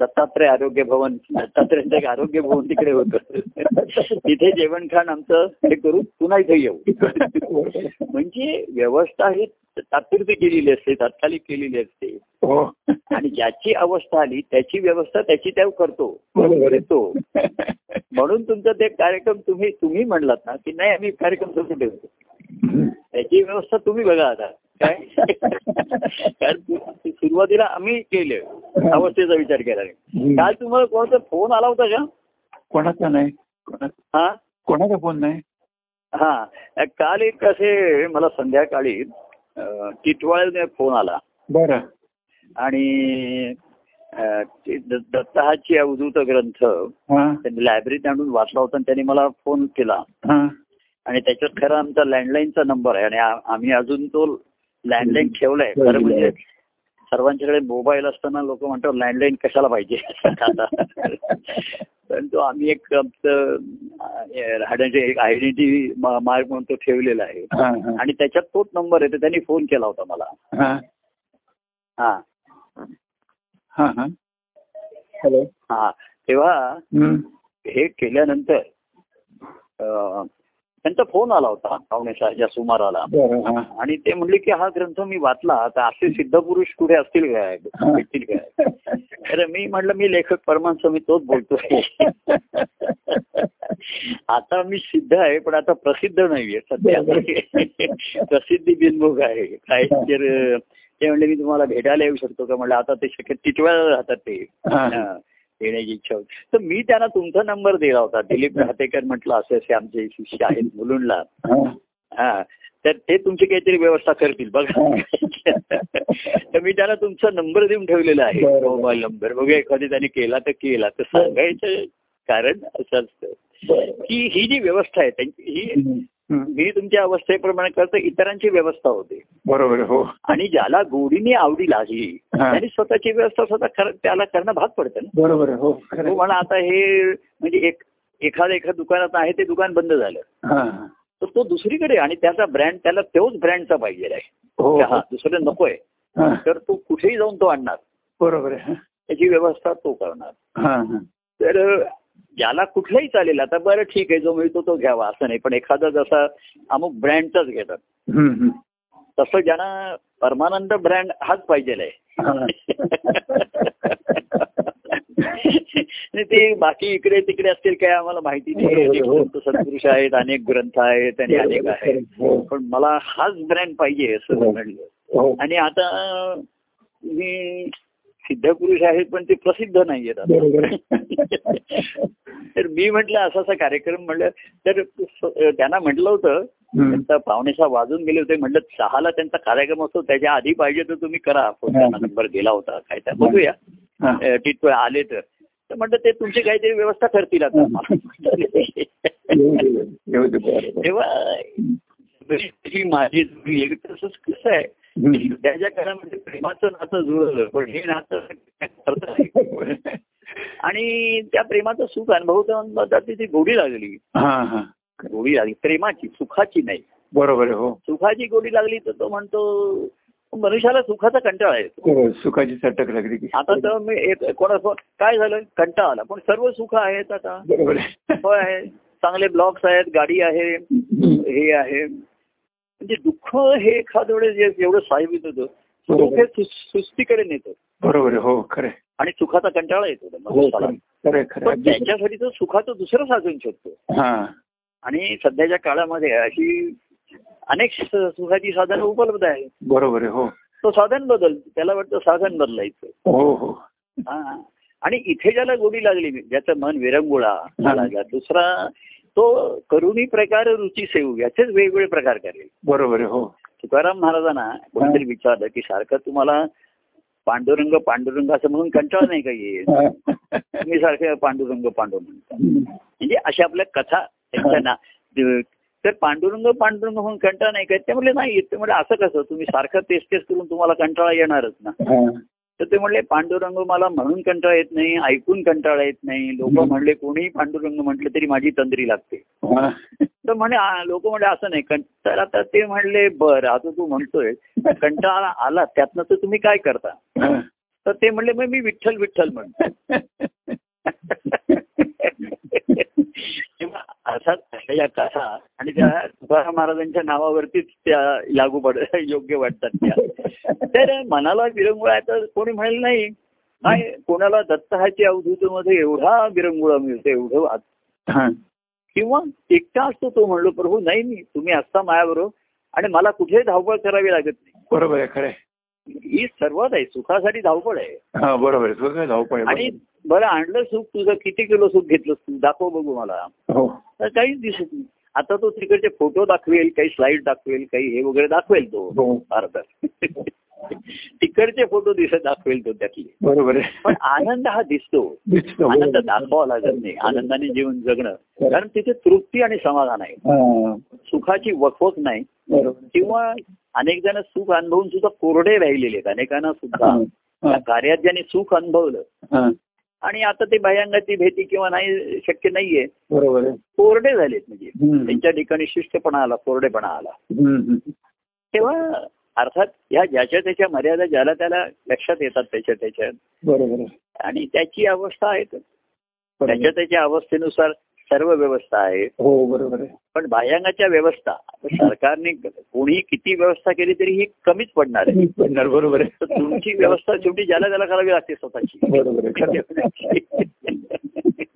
Speaker 1: दत्तात्रय आरोग्य भवन दत्तात्रयांचं एक आरोग्य भवन तिकडे होतं तिथे जेवण खाण आमचं हे करू पुन्हा इथे येऊ म्हणजे व्यवस्था ही तात्पुरती केलेली असते तात्कालिक केलेली असते
Speaker 2: हो
Speaker 1: आणि ज्याची अवस्था आली त्याची व्यवस्था त्याची त्या करतो
Speaker 2: बरोबर आहे.
Speaker 1: करतो म्हणून तुमचा ते कार्यक्रम तुम्ही तुम्ही म्हणलात ना की नाही आम्ही कार्यक्रम सुरू ठेवतो त्याची व्यवस्था तुम्ही बघा आता काय कारण तु- सुरुवातीला आम्ही केले अवस्थेचा विचार केला नाही. काल तुम्हाला कोणाचा फोन आला होता का
Speaker 2: कोणाचा नाही कोणा-
Speaker 1: हा
Speaker 2: कोणाचा फोन नाही
Speaker 1: हा काल एक असे मला संध्याकाळी अं, टिटवाळ्याने फोन आला
Speaker 2: बरं
Speaker 1: आणि अं, ते द- दत्ताहाची अवधूत ग्रंथ
Speaker 2: हा
Speaker 1: त्यांनी लायब्ररीत आणून वाचला होता आणि त्यांनी मला फोन केला
Speaker 2: हा
Speaker 1: आणि त्याच्यात खरं आमचा लँडलाईनचा नंबर आहे आणि आ- आम्ही अजून तो लँडलाईन ठेवलाय खरं म्हणजे सर्वांच्याकडे मोबाईल असताना लोक म्हणतात लँडलाईन कशाला पाहिजे <laughs> आता पण तो आम्ही एक आमचं आयडेंटिटी मार्क म्हणून तो ठेवलेला आहे
Speaker 2: हा, हा,
Speaker 1: आणि त्याच्यात तोच नंबर आहे तर त्यांनी फोन केला होता मला
Speaker 2: हा,
Speaker 1: हा
Speaker 2: हा, हा. हॅलो
Speaker 1: हा तेव्हा
Speaker 2: हम्म.
Speaker 1: हे केल्यानंतर अं, त्यांचा फोन आला होता पावणे सहाच्या सुमाराला
Speaker 2: बरं हा
Speaker 1: आणि ते म्हणले की हा ग्रंथ मी वाचला तर असे सिद्धपुरुष कुठे असतील काय <laughs> भेटतील काय तर मी म्हटलं मी लेखक परमान स्वामी तोच बोलतोय आता मी सिद्ध आहे पण आता प्रसिद्ध नाहीये सध्या <laughs> प्रसिद्धी बिनमुख आहे काय तर अं, ते म्हणले मी तुम्हाला भेटायला येऊ शकतो का म्हणलं आता ते शक्य टिटवायला राहतात ते
Speaker 2: हा.
Speaker 1: हा, येण्याची इच्छा होती तर मी त्यांना तुमचा नंबर दिला होता दिलीप राहतेकर म्हटलं असे असे आमचे शिष्य आहेत मुलुंडला
Speaker 2: हा.
Speaker 1: हा तर ते तुमची काहीतरी व्यवस्था करतील बघा <laughs> तर मी त्याला तुमचा नंबर देऊन ठेवलेला आहे
Speaker 2: बरोबर.
Speaker 1: मोबाईल नंबर बघा एखादी त्याने केला तर केला तर सांगायचं कारण असं असतं
Speaker 2: बरं.
Speaker 1: की ही जी व्यवस्था आहे त्यांची ही
Speaker 2: हम्म. हम्म.
Speaker 1: मी तुमच्या अवस्थेप्रमाणे करतो इतरांची व्यवस्था होते
Speaker 2: बरोबर आहे, हो
Speaker 1: आणि ज्याला गोडीने आवडी लागली
Speaker 2: हा.
Speaker 1: त्याने स्वतःची व्यवस्था स्वतः कर- त्याला करणं भाग पडतं ना
Speaker 2: बरोबर आहे, हो खरं
Speaker 1: तो
Speaker 2: आहे.
Speaker 1: म्हणा आता हे म्हणजे एक एखादं एखाद दुकानात आहे ते दुकान बंद झालं
Speaker 2: हा, हा.
Speaker 1: तर तो दुसरीकडे आणि त्याचा ब्रँड त्याला तोच ब्रँडचा पाहिजे आहे
Speaker 2: हो
Speaker 1: हा दुसरं नकोय
Speaker 2: हा.
Speaker 1: तर तो कुठेही जाऊन तो आणणार
Speaker 2: बरोबर आहे
Speaker 1: त्याची व्यवस्था तो करणार
Speaker 2: हा, हा.
Speaker 1: तर अ, ज्याला कुठलाही चालेल आता बरं ठीक आहे जो मिळतो तो घ्यावा असं नाही पण एखादा जसा अमुक ब्रँडचाच घेतात
Speaker 2: हम्म, हम्म.
Speaker 1: तसं ज्यांना परमानंद ब्रँड हाच पाहिजे आहे <laughs>
Speaker 2: हा.
Speaker 1: आणि ते बाकी इकडे तिकडे असतील काय आम्हाला माहिती नाही
Speaker 2: बरोबर,
Speaker 1: अनेक
Speaker 2: हो.
Speaker 1: संत सत्पुरुष आहेत अनेक ग्रंथ आहेत आणि अनेक आहेत
Speaker 2: हो
Speaker 1: पण मला हाच ब्रँड पाहिजे असं
Speaker 2: हो.
Speaker 1: म्हणलं
Speaker 2: हो
Speaker 1: आणि आता मी सिद्धपुरुष आहेत पण ते प्रसिद्ध नाही आहेत आता.
Speaker 2: बरोबर आहे.
Speaker 1: तर मी म्हटलं असा असा कार्यक्रम म्हणलं तर स- त्यांना म्हटलं होतं
Speaker 2: हम्म.
Speaker 1: त्यांचा पावणेसा वाजून गेले होते म्हटलं सहाला त्यांचा कार्यक्रम असतो त्याच्या आधी पाहिजे तर तुम्ही करा फोन त्यांना नंबर दिला होता काय त्या बघूया
Speaker 2: हा.
Speaker 1: अ, टिटवे आले तर तर म्हटलं ते तुमची काहीतरी व्यवस्था करतील आता
Speaker 2: येऊ दे, येऊ दे, बरोबर.
Speaker 1: तेव्हा ही माझी जुळी आहे. तसंच कसं आहे
Speaker 2: हम्म.
Speaker 1: त्याच्या काळामध्ये प्रेमाचं नातं जुळलं पण हे नातं करता नाही. आणि त्या प्रेमाचं सुख अनुभवता ती गोडी लागली
Speaker 2: हा हा
Speaker 1: गोडी लागली प्रेमाची सुखाची नाही
Speaker 2: बरोबर आहे, हो
Speaker 1: सुखाची गोडी लागली तर तो म्हणतो मनुष्याला सुखाचा कंटाळा येतो
Speaker 2: हो, सुखाची चटक लागली की
Speaker 1: आता तर मी एक- कोणाचं काय झालं कंटाळा आला पण सर्व सुख आहेत आता
Speaker 2: बरोबर आहे.
Speaker 1: होय आहे चांगले ब्लॉक्स आहेत गाडी आहे
Speaker 2: हम्म.
Speaker 1: हे आहे म्हणजे दुःख हे एखाद्या वेळेस जे- जेवढं साहेबित होतं सुख
Speaker 2: बरोबर.
Speaker 1: हे सु- सुस्तीकडे नेतं
Speaker 2: बरोबर आहे, हो खरं आहे.
Speaker 1: आणि सुखाचा कंटाळा येतो त्या
Speaker 2: हो
Speaker 1: माणसाला.
Speaker 2: खरं आहे, खरं आहे, खरं आहे,
Speaker 1: पण
Speaker 2: अगदी खरं
Speaker 1: त्याच्यासाठी तो सुखाचं दुसरं साधन शोधतो
Speaker 2: आहे. हा
Speaker 1: आणि सध्याच्या काळामध्ये अशी अनेक स- सुखाची साधनं उपलब्ध आहेत
Speaker 2: बरोबर आहे, हो
Speaker 1: तो साधन बदल त्याला वाटतं साधन बदलायचं
Speaker 2: हो हो
Speaker 1: हा. आणि इथे ज्याला गोडी लागली ज्याचं मन विरंगुळा झाला ज्या- दुसरा तो करुणी प्रकार रुची सेवू याचेच वेगवेगळे प्रकार करेल
Speaker 2: बरोबर आहे, हो
Speaker 1: तुकाराम महाराजांना कोणीतरी विचारलं की सारखं तुम्हाला पांडुरंग पांडुरंग असं म्हणून कंटाळा नाही का येईल
Speaker 2: हा.
Speaker 1: तुम्ही सारखे पांडुरंग पांडुरंग
Speaker 2: हम्म.
Speaker 1: म्हणजे अशा आपल्या कथा त्यांच्या ना तर पांडुरंग पांडुरंग म्हणून कंटाळा नाही काय ते म्हणले नाही येत. ते म्हणले असं कसं तुम्ही सारखं तेच तेच करून तुम्हाला कंटाळा येणारच ना
Speaker 2: हा.
Speaker 1: तर ते म्हणले पांडुरंग मला म्हणून कंटाळा येत नाही ऐकून कंटाळा येत नाही लोक
Speaker 2: हं.
Speaker 1: म्हणले कोणीही पांडुरंग म्हटलं तरी माझी तंद्री लागते
Speaker 2: हा.
Speaker 1: तर म्हणे लोक म्हणले असं नाही कं- तर आता ते म्हणले बरं आता तू म्हणतोय कंटाळा आला त्यातनं तर तुम्ही काय करता
Speaker 2: हा.
Speaker 1: तर ते म्हणले मग मी विठ्ठल विठ्ठल म्हणतो <laughs> तेव्हा अर्थात या कथा आणि त्या तुकाराम महाराजांच्या नावावरतीच त्या लागू पड योग्य वाटतात त्या तर मनाला विरंगुळा आहे तर कोणी म्हणेल नाही काय कोणाला दत्ताहाच्या अवधूतमध्ये एवढा विरंगुळा मिळतो एवढं वाद
Speaker 2: हा.
Speaker 1: किंवा एकटा असतो तो म्हणलो प्रभू नाही मी तुम्ही असता माझ्याबरोबर आणि मला कुठे धावपळ करावी लागत
Speaker 2: बरोबर आहे खरं आहे
Speaker 1: नाही ही सर्वात आहे सुखासाठी धावपळ आहे
Speaker 2: हा बरोबर आहे तुझं काय धावपळ आहे
Speaker 1: आणि बरं आणलं सुख तुझं किती किलो सुख घेतलं तू दाखव बघू मला
Speaker 2: हो
Speaker 1: तर काहीच दिसत नाही आता तो तिकडचे फोटो दाखवेल काही स्लाइड दाखवेल काही हे वगैरे दाखवेल तो
Speaker 2: हो.
Speaker 1: भारतात <laughs> तिकडचे फोटो दिसत दाखवेल तो त्यातले
Speaker 2: बरोबर आहे
Speaker 1: पण आनंद हा दिसतो
Speaker 2: दिसतो
Speaker 1: आनंद दाखवावा लागत नाही आनंदाने जीवन जगणं कारण तिथे तृप्ती आणि समाधान आहे
Speaker 2: हा.
Speaker 1: सुखाची वखवक नाही
Speaker 2: बरोबर
Speaker 1: किंवा अनेक जण सुख अनुभवून सुद्धा कोरडे राहिलेले आहेत अनेकांना सुद्धा
Speaker 2: हा.
Speaker 1: त्या कार्यात ज्यांनी सुख अनुभवलं
Speaker 2: हा.
Speaker 1: आणि आता ते भयांगाची भीती किंवा नाही शक्य नाहीये
Speaker 2: बरोबर आहे
Speaker 1: कोरडे झालेत म्हणजे
Speaker 2: हम्म.
Speaker 1: त्यांच्या ठिकाणी शिष्टपणा आला कोरडेपणा आला
Speaker 2: हम्म, हम्म.
Speaker 1: तेव्हा अर्थात या ज्याच्या त्याच्या मर्यादा ज्याला त्याला लक्षात येतात त्याच्या त्याच्यात
Speaker 2: बरोबर आहे
Speaker 1: आणि त्याची अवस्था आहे तर
Speaker 2: बरोबर
Speaker 1: त्याच्या
Speaker 2: आहे.
Speaker 1: त्याच्या अवस्थेनुसार सर्व व्यवस्था आहे
Speaker 2: हो बरोबर आहे
Speaker 1: पण भायंगाच्या व्यवस्था सरकारने कोणीही किती व्यवस्था केली तरी ही कमीच पडणार आहे
Speaker 2: मी पडणार बरोबर आहे
Speaker 1: तर तुमची व्यवस्था शेवटी ज्याला त्याला करावी लागते स्वतःची
Speaker 2: बरोबर आहे खरं आहे.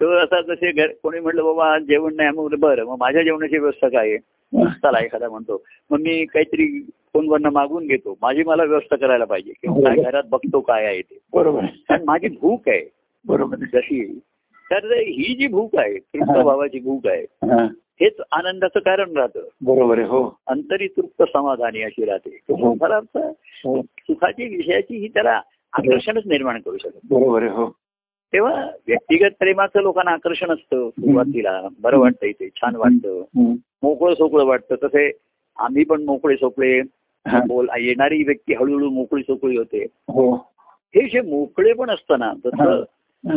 Speaker 1: तो असा जसे घर कोणी म्हटलं बाबा आज जेवण नाही मग म्हटलं, बरं मग माझ्या जेवणाची व्यवस्था काय आहे चला एखादा म्हणतो मग मी काहीतरी फोनवरनं मागून घेतो माझी मला व्यवस्था करायला पाहिजे किंवा काय घरात बघतो काय आहे ते
Speaker 2: बरोबर आहे
Speaker 1: कारण माझी भूक आहे
Speaker 2: बरोबर आहे
Speaker 1: जशी तर ही जी भूक आहे तृप्त भावाची भूक आहे
Speaker 2: हा.
Speaker 1: हेच आनंदाचं कारण राहतं
Speaker 2: बरोबर आहे हो
Speaker 1: अंतरी तृप्त समाधानी अशी राहते
Speaker 2: हो.
Speaker 1: खरा अर्थ
Speaker 2: हो
Speaker 1: सुखाची विषयाची ही त्याला आकर्षणच निर्माण करू शकत
Speaker 2: बरोबर आहे हो
Speaker 1: तेव्हा व्यक्तिगत प्रेमाचं लोकांना आकर्षण असतं सुरुवातीला बरं वाटतं इथे छान वाटतं
Speaker 2: हम्म.
Speaker 1: मोकळं सोकळं वाटतं तसे आम्ही पण मोकळे सोकळे
Speaker 2: हा.
Speaker 1: बोल येणारी व्यक्ती हळूहळू मोकळी सोकळी होते
Speaker 2: हो
Speaker 1: हे जे मोकळे पण असताना
Speaker 2: हा.
Speaker 1: जसं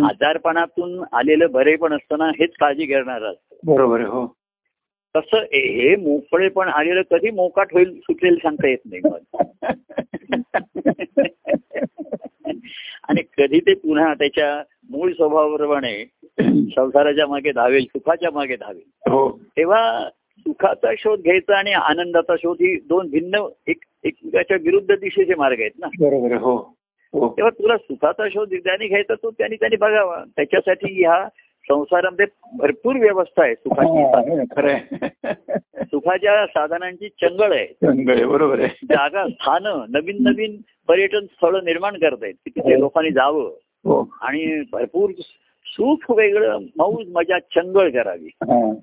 Speaker 1: आजारपणातून आलेलं बरे पण असताना हेच काळजी घेणार असतं
Speaker 2: बरोबर आहे हो
Speaker 1: तसं हे हे मोकळे पण आलेलं कधी मोकाट होईल सुटेल सांगता येत नाही मग आणि कधी ते पुन्हा त्याच्या मूळ स्वभावाप्रमाणे संसाराच्या मागे धावेल सुखाच्या मागे धावेल
Speaker 2: हो
Speaker 1: तेव्हा सुखाचा शोध घ्यायचा आणि आनंदाचा शोध ही दोन भिन्न एक एकमेकाच्या विरुद्ध दिशेचे मार्ग आहेत ना
Speaker 2: बरोबर आहे हो हो
Speaker 1: तेव्हा तुला सुखाचा शोध ज्याने घ्यायचा तो त्याने त्याने बघावा त्याच्यासाठी ह्या संसारामध्ये भरपूर व्यवस्था आहे सुखाची
Speaker 2: हा, खरं आहे
Speaker 1: सुखाच्या साधनांची चंगळ आहे
Speaker 2: रंग आहे, बरोबर आहे
Speaker 1: जागा स्थानं नवीन नवीन पर्यटन स्थळ निर्माण करतायत की तिथे लोकांनी जावं
Speaker 2: हो
Speaker 1: आणि भरपूर सुख वेगळं मौज मजा चंगळ करावी
Speaker 2: हा.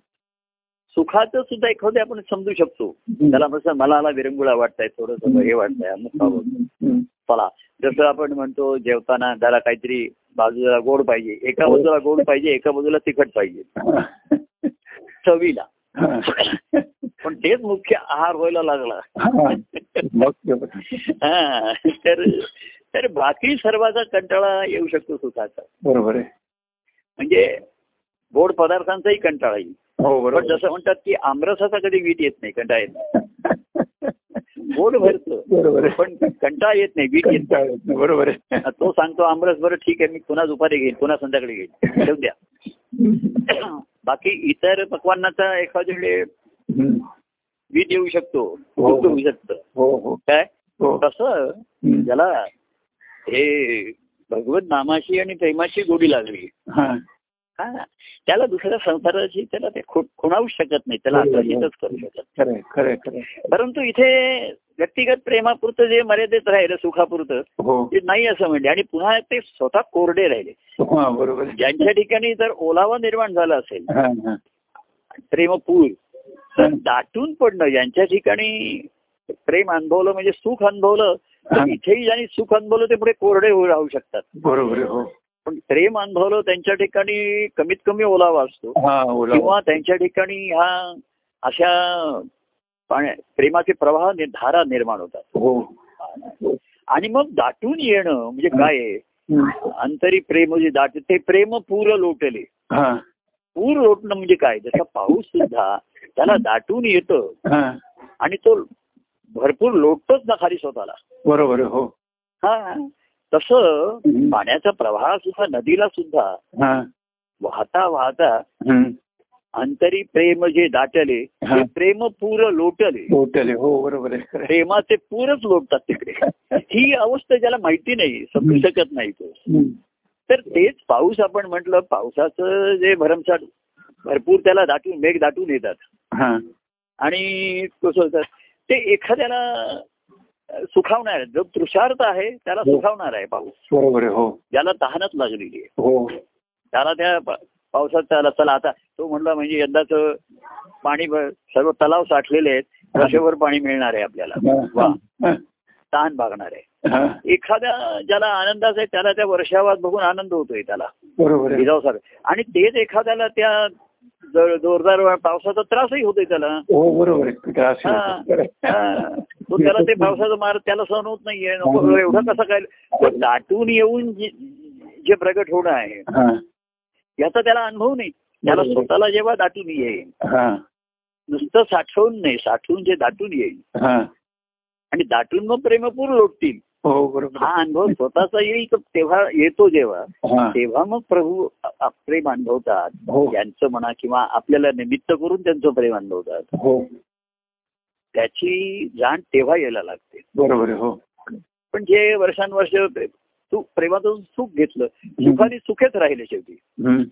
Speaker 1: सुखाचं सुद्धा एखादं आपण समजू शकतो त्याला कसं मला आला विरंगुळा वाटताय थोडंसं हे वाटतंय अमुक खावं.
Speaker 2: हम्म.
Speaker 1: चला जसं आपण म्हणतो जेवताना त्याला काहीतरी बाजूला गोड पाहिजे एका बाजूला गोड पाहिजे एका बाजूला तिखट पाहिजे
Speaker 2: हा.
Speaker 1: चवीला
Speaker 2: हा.
Speaker 1: पण तेच मुख्य आहार व्हायला लागला
Speaker 2: हा. मग बरोबर.
Speaker 1: हा. तर तर बाकी सर्वाचा कंटाळा येऊ शकतो सुखाचा
Speaker 2: बरोबर आहे
Speaker 1: म्हणजे गोड पदार्थांचाही कंटाळा येईल
Speaker 2: हो
Speaker 1: पण
Speaker 2: बरोबर
Speaker 1: जसं म्हणतात की आमरसाचा कधी वीट येत नाही कंटाळा येत
Speaker 2: <laughs>
Speaker 1: नाही गोड भरतं
Speaker 2: बरोबर आहे
Speaker 1: पण कंटाळा येत नाही वीट येत नाही.
Speaker 2: कंटाळा येत नाही, बरोबर आहे
Speaker 1: तो सांगतो आमरस बरं ठीक आहे मी पुन्हा दुपारी घेईन पुन्हा संध्याकाळी घेईन
Speaker 2: <laughs>
Speaker 1: ठेवून द्या बाकी इतर पक्वांनाचा एखाद्याकडे
Speaker 2: हम्म.
Speaker 1: वीट येऊ शकतो दुःख होऊ शकतं
Speaker 2: हो हो
Speaker 1: काय
Speaker 2: हो
Speaker 1: तसं
Speaker 2: हम्म.
Speaker 1: ज्याला हे भगवत नामाशी आणि प्रेमाची गोडी लागली
Speaker 2: हा.
Speaker 1: हा त्याला दुसऱ्या संसाराची त्याला ते खो- खुणावूच शकत नाही त्याला
Speaker 2: बरोबर.
Speaker 1: आकर्षितच करू शकत
Speaker 2: खरं आहे, खरं आहे, खरं आहे.
Speaker 1: परंतु इथे व्यक्तिगत प्रेमापुरतं जे मर्यादित राहिलं सुखापुरतं
Speaker 2: हो
Speaker 1: ते नाही असं म्हणले आणि पुन्हा ते स्वतः कोरडे राहिले
Speaker 2: हा बरोबर आहे
Speaker 1: ज्यांच्या ठिकाणी जर ओलावा निर्माण झाला असेल
Speaker 2: हा, हा.
Speaker 1: प्रेमपूर तर दाटून पडणं ज्यांच्या ठिकाणी प्रेम अनुभवलं म्हणजे सुख अनुभवलं
Speaker 2: हा.
Speaker 1: तर इथेही ज्यांनी सुख अनुभवलं ते पुढे कोरडे होऊ राहू शकतात
Speaker 2: बरोबर आहे, हो
Speaker 1: पण प्रेम अनुभवलं त्यांच्या ठिकाणी कमीत कमी ओलावा असतो
Speaker 2: हा ओला
Speaker 1: किंवा त्यांच्या ठिकाणी हा अशा पाण्या प्रेमाचे प्रवाह नि- धारा निर्माण होतात
Speaker 2: हो
Speaker 1: आणि मग दाटून येणं म्हणजे काय आहे?
Speaker 2: हम्म.
Speaker 1: अंतरी प्रेम जे दाट ते प्रेम पूर लोटले
Speaker 2: हा
Speaker 1: पूर लोटणं म्हणजे काय जसा पाऊस सुद्धा त्याला दाटून येतं
Speaker 2: हा
Speaker 1: आणि तो भरपूर लोटतोच ना खाली स्वतःला
Speaker 2: बरोबर आहे, हो
Speaker 1: हा तसं
Speaker 2: हम्म.
Speaker 1: पाण्याचा प्रवाह सुद्धा नदीला सुद्धा
Speaker 2: हा
Speaker 1: वाहता वाहता
Speaker 2: हम्म.
Speaker 1: अंतरी प्रेम जे दाटले
Speaker 2: हा.
Speaker 1: ते प्रेम पूर लोटले
Speaker 2: टोटल आहे, हो बरोबर आहे खरं आहे.
Speaker 1: प्रेमाचे पूरच लोटतात तिकडे ही अवस्था ज्याला माहिती नाही समजू शकत नाही तो
Speaker 2: हम्म.
Speaker 1: तर तेच पाऊस आपण म्हटलं पावसाचं जे भरमसाठ भरपूर त्याला दाटून मेघ दाटून येतात
Speaker 2: हा
Speaker 1: आणि कसं होतात ते एखाद्याला अं, सुखावणार आहे. जो तुषार्थ आहे त्याला
Speaker 2: हो.
Speaker 1: सुखावणार आहे पाऊस
Speaker 2: बरोबर आहे, हो
Speaker 1: ज्याला तहानच लागलेली आहे
Speaker 2: हो
Speaker 1: त्याला त्या पा- पावसात त्याला चला आता तो म्हणला म्हणजे यंदाच पाणी भ- सर्व तलाव साठलेले आहेत वर्षभर पाणी मिळणार आहे आपल्याला वा
Speaker 2: हा.
Speaker 1: तहान भागणार आहे
Speaker 2: हा.
Speaker 1: एखाद्या ज्याला आनंदाचा आहे त्याला त्या वर्षावात बघून आनंद होतोय त्याला
Speaker 2: बरोबर आहे
Speaker 1: विजावसार आणि तेच एखाद्याला त्या जोर- जोरदार पावसाचा त्रासही होतोय त्याला
Speaker 2: हो बरोबर आहे पिठा असेल
Speaker 1: हा.
Speaker 2: खरं आहे.
Speaker 1: हा. तो त्याला ते पावसाचा मार त्याला सहन होत नाहीये नको
Speaker 2: हा.
Speaker 1: एवढा कसा काय पण दाटून येऊन जे जे प्रगट होणं आहे
Speaker 2: हा
Speaker 1: याचा त्याला अनुभव नाही त्याला
Speaker 2: बरोबर.
Speaker 1: स्वतःला जेव्हा दाटून येईल
Speaker 2: हा
Speaker 1: नुसतं साठवून नाही साठवून जे दाटून येईल
Speaker 2: हा
Speaker 1: आणि दाटून मग प्रेमपूर लोटतील
Speaker 2: हो बरोबर
Speaker 1: हा
Speaker 2: आहे.
Speaker 1: अनुभव स्वतःचा येईल तर तेव्हा येतो जेव्हा
Speaker 2: हा
Speaker 1: तेव्हा मग प्रभू अ- अ- प्रेम अनुभवतात
Speaker 2: हो
Speaker 1: त्यांचं म्हणा किंवा आपल्याला निमित्त करून त्यांचं प्रेम अनुभवतात
Speaker 2: हो
Speaker 1: त्याची जाण तेव्हा यायला लागते
Speaker 2: बरोबर आहे, हो
Speaker 1: पण जे वर्षानुवर्ष प्रे- तू प्रेमातून सुख घेतलं सुखाने सुखेच राहिले शेवटी
Speaker 2: हम्म.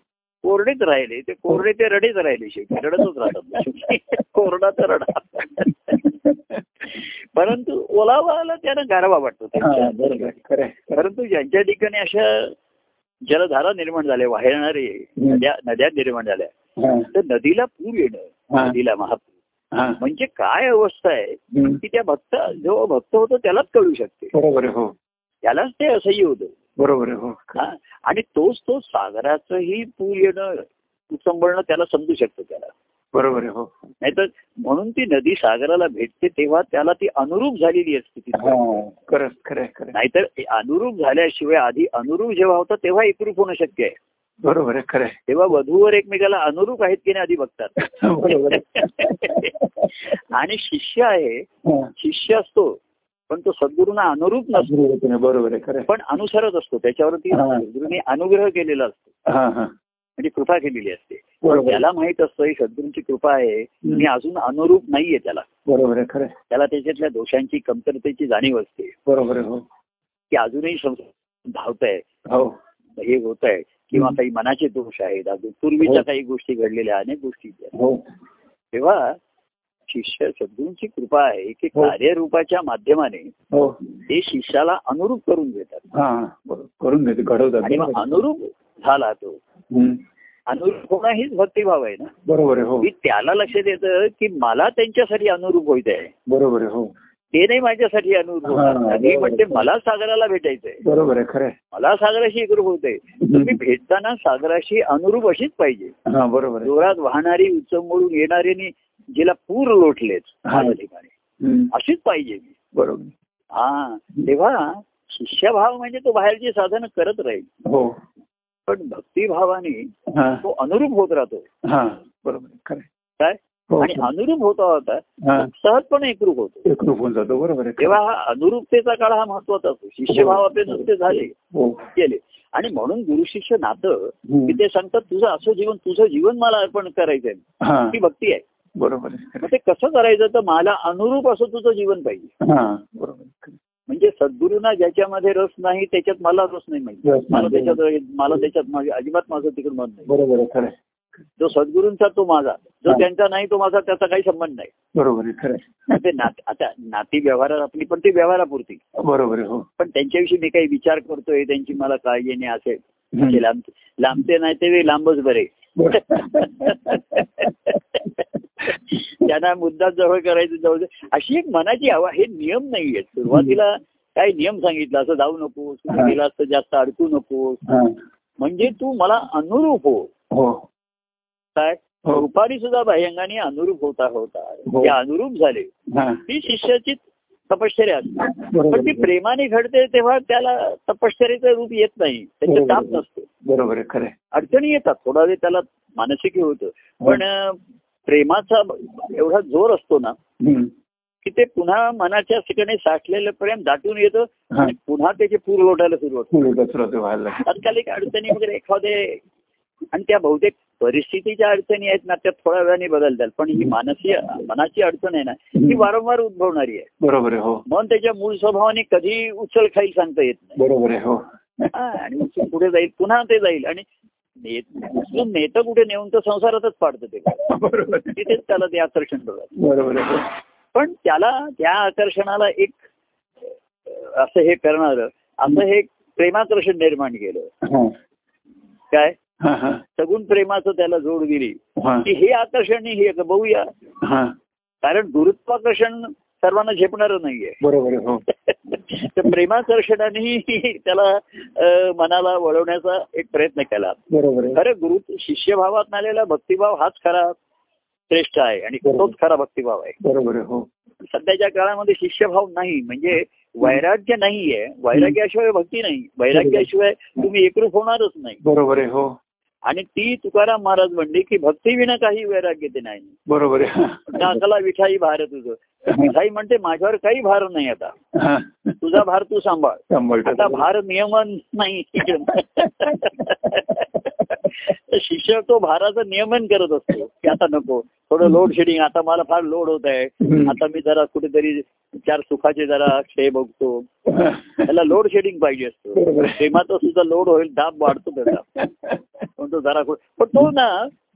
Speaker 1: कोरडेच राहिले ते कोरडे ते रडेच राहिले शेवटी रडतच राहतात शेवटी. <laughs> कोरडा तर रडा <laughs> परंतु ओलावाला त्यांना गारवा वाटतो
Speaker 2: हा,
Speaker 1: त्यांच्या
Speaker 2: बरोबर आहे, खरं आहे, खरं आहे.
Speaker 1: परंतु ज्यांच्या ठिकाणी अशा जलधारा निर्माण झाल्या वाहणारे
Speaker 2: हम्म.
Speaker 1: नद्या नद्या निर्माण झाल्या
Speaker 2: हा,
Speaker 1: तर नदीला पूर येणं
Speaker 2: हा.
Speaker 1: नदीला महापूर
Speaker 2: हा.
Speaker 1: म्हणजे काय अवस्था आहे
Speaker 2: हम्म.
Speaker 1: की त्या भक्त जो भक्त होतो त्यालाच कळू शकते
Speaker 2: बरोबर आहे, हो
Speaker 1: त्यालाच ते असह्य होतं
Speaker 2: बरोबर आहे, हो
Speaker 1: हा? आणि तोच तो सागराचंही पूर येणं उचंबळणं त्याला समजू शकतो त्याला
Speaker 2: बरोबर आहे, हो
Speaker 1: नाहीतर म्हणून ती नदी सागराला भेटते तेव्हा त्याला ती अनुरूप झालेली असते ती
Speaker 2: हा खरंच खरं आहे, खरं आहे.
Speaker 1: नाहीतर ते अनुरूप झाल्याशिवाय आधी अनुरूप जेव्हा होतं तेव्हा एकरूप होणं शक्य आहे
Speaker 2: बरोबर आहे खरं आहे.
Speaker 1: तेव्हा वधूवर एकमेकाला अनुरूप आहेत की नाही आधी बघतात
Speaker 2: बरोबर आहे.
Speaker 1: आणि शिष्य आहे
Speaker 2: हा.
Speaker 1: शिष्य असतो पण तो सद्गुरूंना अनुरूप नसतो
Speaker 2: बरोबर आहे तुम्ही, बरोबर आहे खरं आहे.
Speaker 1: पण अनुसरत असतो त्याच्यावरती
Speaker 2: हा.
Speaker 1: सद्गुरूंनी अनुग्रह केलेला असतो
Speaker 2: हा हा
Speaker 1: म्हणजे कृपा केलेली असते
Speaker 2: बरोबर आहे.
Speaker 1: त्याला माहित असतं ही सद्गुरूंची कृपा आहे मी अजून अनुरूप नाहीये त्याला
Speaker 2: बरोबर आहे खरं आहे.
Speaker 1: त्याला त्याच्यातल्या दोषांची कमतरतेची जाणीव असते
Speaker 2: बरोबर आहे, हो
Speaker 1: की अजूनही संसार धावत आहे
Speaker 2: हो
Speaker 1: हे होत आहे किंवा
Speaker 2: हम्म.
Speaker 1: काही मनाचे दोष आहेत अजून पूर्वीच्या
Speaker 2: हो.
Speaker 1: काही गोष्टी घडलेल्या अनेक गोष्टी आहेत.
Speaker 2: हो
Speaker 1: तेव्हा शिष्य सद्गुरूंची कृपा आहे की
Speaker 2: हो.
Speaker 1: कार्यरूपाच्या माध्यमाने
Speaker 2: हो
Speaker 1: ते शिष्याला अनुरूप करून घेतात
Speaker 2: हा बरोबर. करून घेते घडवतात
Speaker 1: आणि मग
Speaker 2: बरोबर.
Speaker 1: अनुरूप झाला तो
Speaker 2: हम्म.
Speaker 1: अनुरूप होणं हीच भक्तिभाव आहे ना
Speaker 2: बरोबर आहे, हो
Speaker 1: की त्याला लक्षात येतं की मला त्यांच्यासाठी अनुरूप व्हायचं आहे
Speaker 2: बरोबर आहे, हो
Speaker 1: ते नाही माझ्यासाठी अनुरूप होणार.
Speaker 2: हा,
Speaker 1: मी
Speaker 2: बरोबर.
Speaker 1: म्हणते मला सागराला भेटायचंय
Speaker 2: बरोबर आहे खरं आहे.
Speaker 1: मला सागराशी एकरूप होतंय तुम्ही भेटताना सागराशी अनुरूप अशीच पाहिजे
Speaker 2: हा बरोबर आहे
Speaker 1: जोरात वाहणारी उचंबळून येणारी आणि जिला पूर लोटलेच
Speaker 2: हा.
Speaker 1: माझ्या ठिकाणी
Speaker 2: हम्म.
Speaker 1: अशीच पाहिजे मी
Speaker 2: बरोबर
Speaker 1: हा तेव्हा शिष्यभाव म्हणजे तो बाहेरची साधनं करत राहील
Speaker 2: हो
Speaker 1: पण भक्तिभावाने
Speaker 2: हा
Speaker 1: तो अनुरूप होत राहतो
Speaker 2: हा बरोबर आहे खरं आहे.
Speaker 1: काय
Speaker 2: हो
Speaker 1: आणि
Speaker 2: हो.
Speaker 1: अनुरूप होता होता
Speaker 2: हा
Speaker 1: सहजपणे एकरूप होतो
Speaker 2: एकरूप होऊन जातो बरोबर आहे खरं
Speaker 1: तेव्हा हा अनुरूपतेचा काळ हा महत्वाचा असतो शिष्यभाव आपले नुसते झाले
Speaker 2: आहे. हो
Speaker 1: केले आणि म्हणून गुरु शिष्य नातं की
Speaker 2: हम्म.
Speaker 1: ते सांगतात तुझं असं जीवन तुझं जीवन मला अर्पण करायचंय
Speaker 2: हा
Speaker 1: ती भक्ती आहे
Speaker 2: बरोबर आहे खरं
Speaker 1: मग ते कसं करायचं तर मला अनुरूप असं तुझं जीवन पाहिजे
Speaker 2: आहे. हा बरोबर आहे खरं आहे.
Speaker 1: म्हणजे सद्गुरूंना ज्याच्यामध्ये रस नाही त्याच्यात मला रस नाही
Speaker 2: रस
Speaker 1: माहिती
Speaker 2: नाही.
Speaker 1: मला त्याच्यात रस- मला त्याच्यात माझी अजिबात माझं तिकडे मन नाही
Speaker 2: बरोबर आहे खरं आहे.
Speaker 1: जो सद्गुरूंचा तो माझा जो
Speaker 2: हा.
Speaker 1: त्यांचा नाही तो माझा त्याचा काही संबंध नाही
Speaker 2: बरोबर आहे खरं आहे.
Speaker 1: मग ते नात आता नाती व्यवहारात आपली पण ती व्यवहारापुरती
Speaker 2: बरोबर आहे हो
Speaker 1: पण त्यांच्याविषयी मी काही विचार करतोय त्यांची मला काळजी नाही असे
Speaker 2: हम्म.
Speaker 1: असे लांब लांबते नाही ते लांबच बरे
Speaker 2: बरोबर.
Speaker 1: त्यांना मुद्दा जवळ करायचं जवळ करायचं. अशी एक मनाची हवा हे नियम नाहीये सुरुवातीला काय नियम सांगितला असं जाऊ नकोस कुठे
Speaker 2: हा.
Speaker 1: गेला असतं जास्त अडकू नकोस
Speaker 2: हा.
Speaker 1: म्हणजे तू मला अनुरूप हो
Speaker 2: हो
Speaker 1: काय
Speaker 2: हो.
Speaker 1: रुपारी सुद्धा बाह्यंगाने अनुरूप होता होता
Speaker 2: हो.
Speaker 1: जे अनुरूप झाले
Speaker 2: हा.
Speaker 1: ती शिष्याची तपश्चर्या असते पण ती
Speaker 2: बरोबर
Speaker 1: प्रेमाने घडते तेव्हा त्याला तपश्चर्याचं रूप येत नाही त्याचं
Speaker 2: हो, बरोबर.
Speaker 1: काम नसतं
Speaker 2: बरोबर आहे खरं आहे.
Speaker 1: अडचणी येतात थोडा वेळ त्याला मानसिक हे होतं पण अं, प्रेमाचा एवढा जोर असतो ना
Speaker 2: हम्म.
Speaker 1: की ते पुन्हा मनाच्या ठिकाणी साठलेलं प्रेम दाटून येतं
Speaker 2: हा.
Speaker 1: आणि पुन्हा त्याचे पूर लोटायला सुरुवात
Speaker 2: पुढे कचरा तो व्हायला लागला.
Speaker 1: तात्कालिक अडचणी वगैरे एखादे आणि त्या बहुतेक परिस्थितीच्या अडचणी आहेत ना त्या थोड्या वेळाने बदलतात पण ही मानसीय मनाची अडचण आहे ना ती वारंवार उद्भवणारी आहे
Speaker 2: बरोबर आहे हो
Speaker 1: म्हणून त्याच्या मूळ स्वभावाने कधी उचल खाईल सांगता येत नाही
Speaker 2: बरोबर आहे हो
Speaker 1: हा, आणि उचल पुढे जाईल पुन्हा ते जाईल आणि ने- उचलून नेतं कुठे नेऊन तर संसारातच पाडतं ते
Speaker 2: बरोबर आहे.
Speaker 1: तिथेच त्याला ते आकर्षण करतात
Speaker 2: बरोबर आहे हो.
Speaker 1: पण त्याला त्या आकर्षणाला एक अं, असं हे करणार असं हे प्रेमाकर्षण निर्माण केलं
Speaker 2: हा.
Speaker 1: काय
Speaker 2: हा, हा.
Speaker 1: सगुण प्रेमाचं त्याला जोड दिली
Speaker 2: हा.
Speaker 1: की हे आकर्षण नाही, हे एक बघूया
Speaker 2: हा.
Speaker 1: कारण गुरुत्वाकर्षण सर्वांना झेपणार नाहीये
Speaker 2: बरोबर आहे हो
Speaker 1: तर प्रेमाकर्षणाने त्याला अं, मनाला वळवण्याचा एक प्रयत्न केला
Speaker 2: बरोबर आहे
Speaker 1: खरं गुरु शिष्यभावात आलेला भक्तिभाव हाच खरा श्रेष्ठ आहे आणि तोच खरा भक्तिभाव आहे
Speaker 2: बरोबर आहे हो
Speaker 1: सध्याच्या काळामध्ये शिष्यभाव नाही म्हणजे वैराग्य नाहीये वैराग्याशिवाय भक्ती नाही वैराग्याशिवाय तुम्ही एकरूप होणारच नाही
Speaker 2: बरोबर आहे हो
Speaker 1: आणि ती तुकाराम महाराज म्हणली की भक्तीविना काही वैराग्य ते नाही
Speaker 2: बरोबर आहे हा.
Speaker 1: नाकाला विठाई भार तुझं विठाई म्हणते माझ्यावर काही भार नाही आता
Speaker 2: हा.
Speaker 1: तुझा भार तू सांभाळ
Speaker 2: सांभाळतो.
Speaker 1: आता भार नियमन नाही तर शिष्य तो भाराचं नियमन करत असतो की आता नको थोडं लोड शेडिंग आता मला फार लोड होत आहे
Speaker 2: हम्म.
Speaker 1: आता मी जरा कुठेतरी चार सुखाचे जरा क्षय बघतो त्याला लोड शेडिंग पाहिजे असतो
Speaker 2: बरोबर आहे.
Speaker 1: प्रेमाचा सुद्धा लोड होईल दाब वाढतो त्याचा पण तो जरा कुठे पण तो ना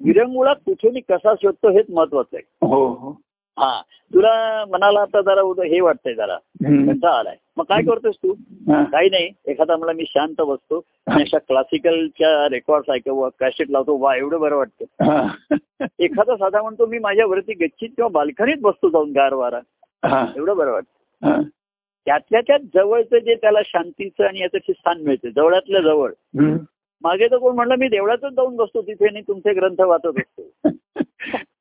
Speaker 1: विरंगुळा कुठून कसा शोधतो हेच महत्वाचं आहे
Speaker 2: हो हो
Speaker 1: हा तुला मनाला आता जरा उद- हे वाटतंय जरा
Speaker 2: हम्म.
Speaker 1: कंटाळा आलाय मग काय करतोस तू
Speaker 2: हा.
Speaker 1: काही नाही एखादा मला मी शांत बसतो आणि अशा क्लासिकलच्या रेकॉर्ड ऐकव कॅसेट लावतो वा एवढं बरं वाटतं
Speaker 2: हा.
Speaker 1: एखादा साधा म्हणतो मी माझ्यावरती गच्चीत किंवा बाल्कनीत बसतो जाऊन गार वारा
Speaker 2: हा.
Speaker 1: एवढं बरं वाटतं
Speaker 2: हा.
Speaker 1: त्यातल्या त्यात जवळचं जे त्याला शांतीचं आणि याचं ते स्थान मिळतं जवळातल्या जवळ
Speaker 2: हम्म.
Speaker 1: मागे तर कोण म्हणलं मी देवळातच जाऊन बसतो तिथे आणि तुमचे ग्रंथ वाचत असतो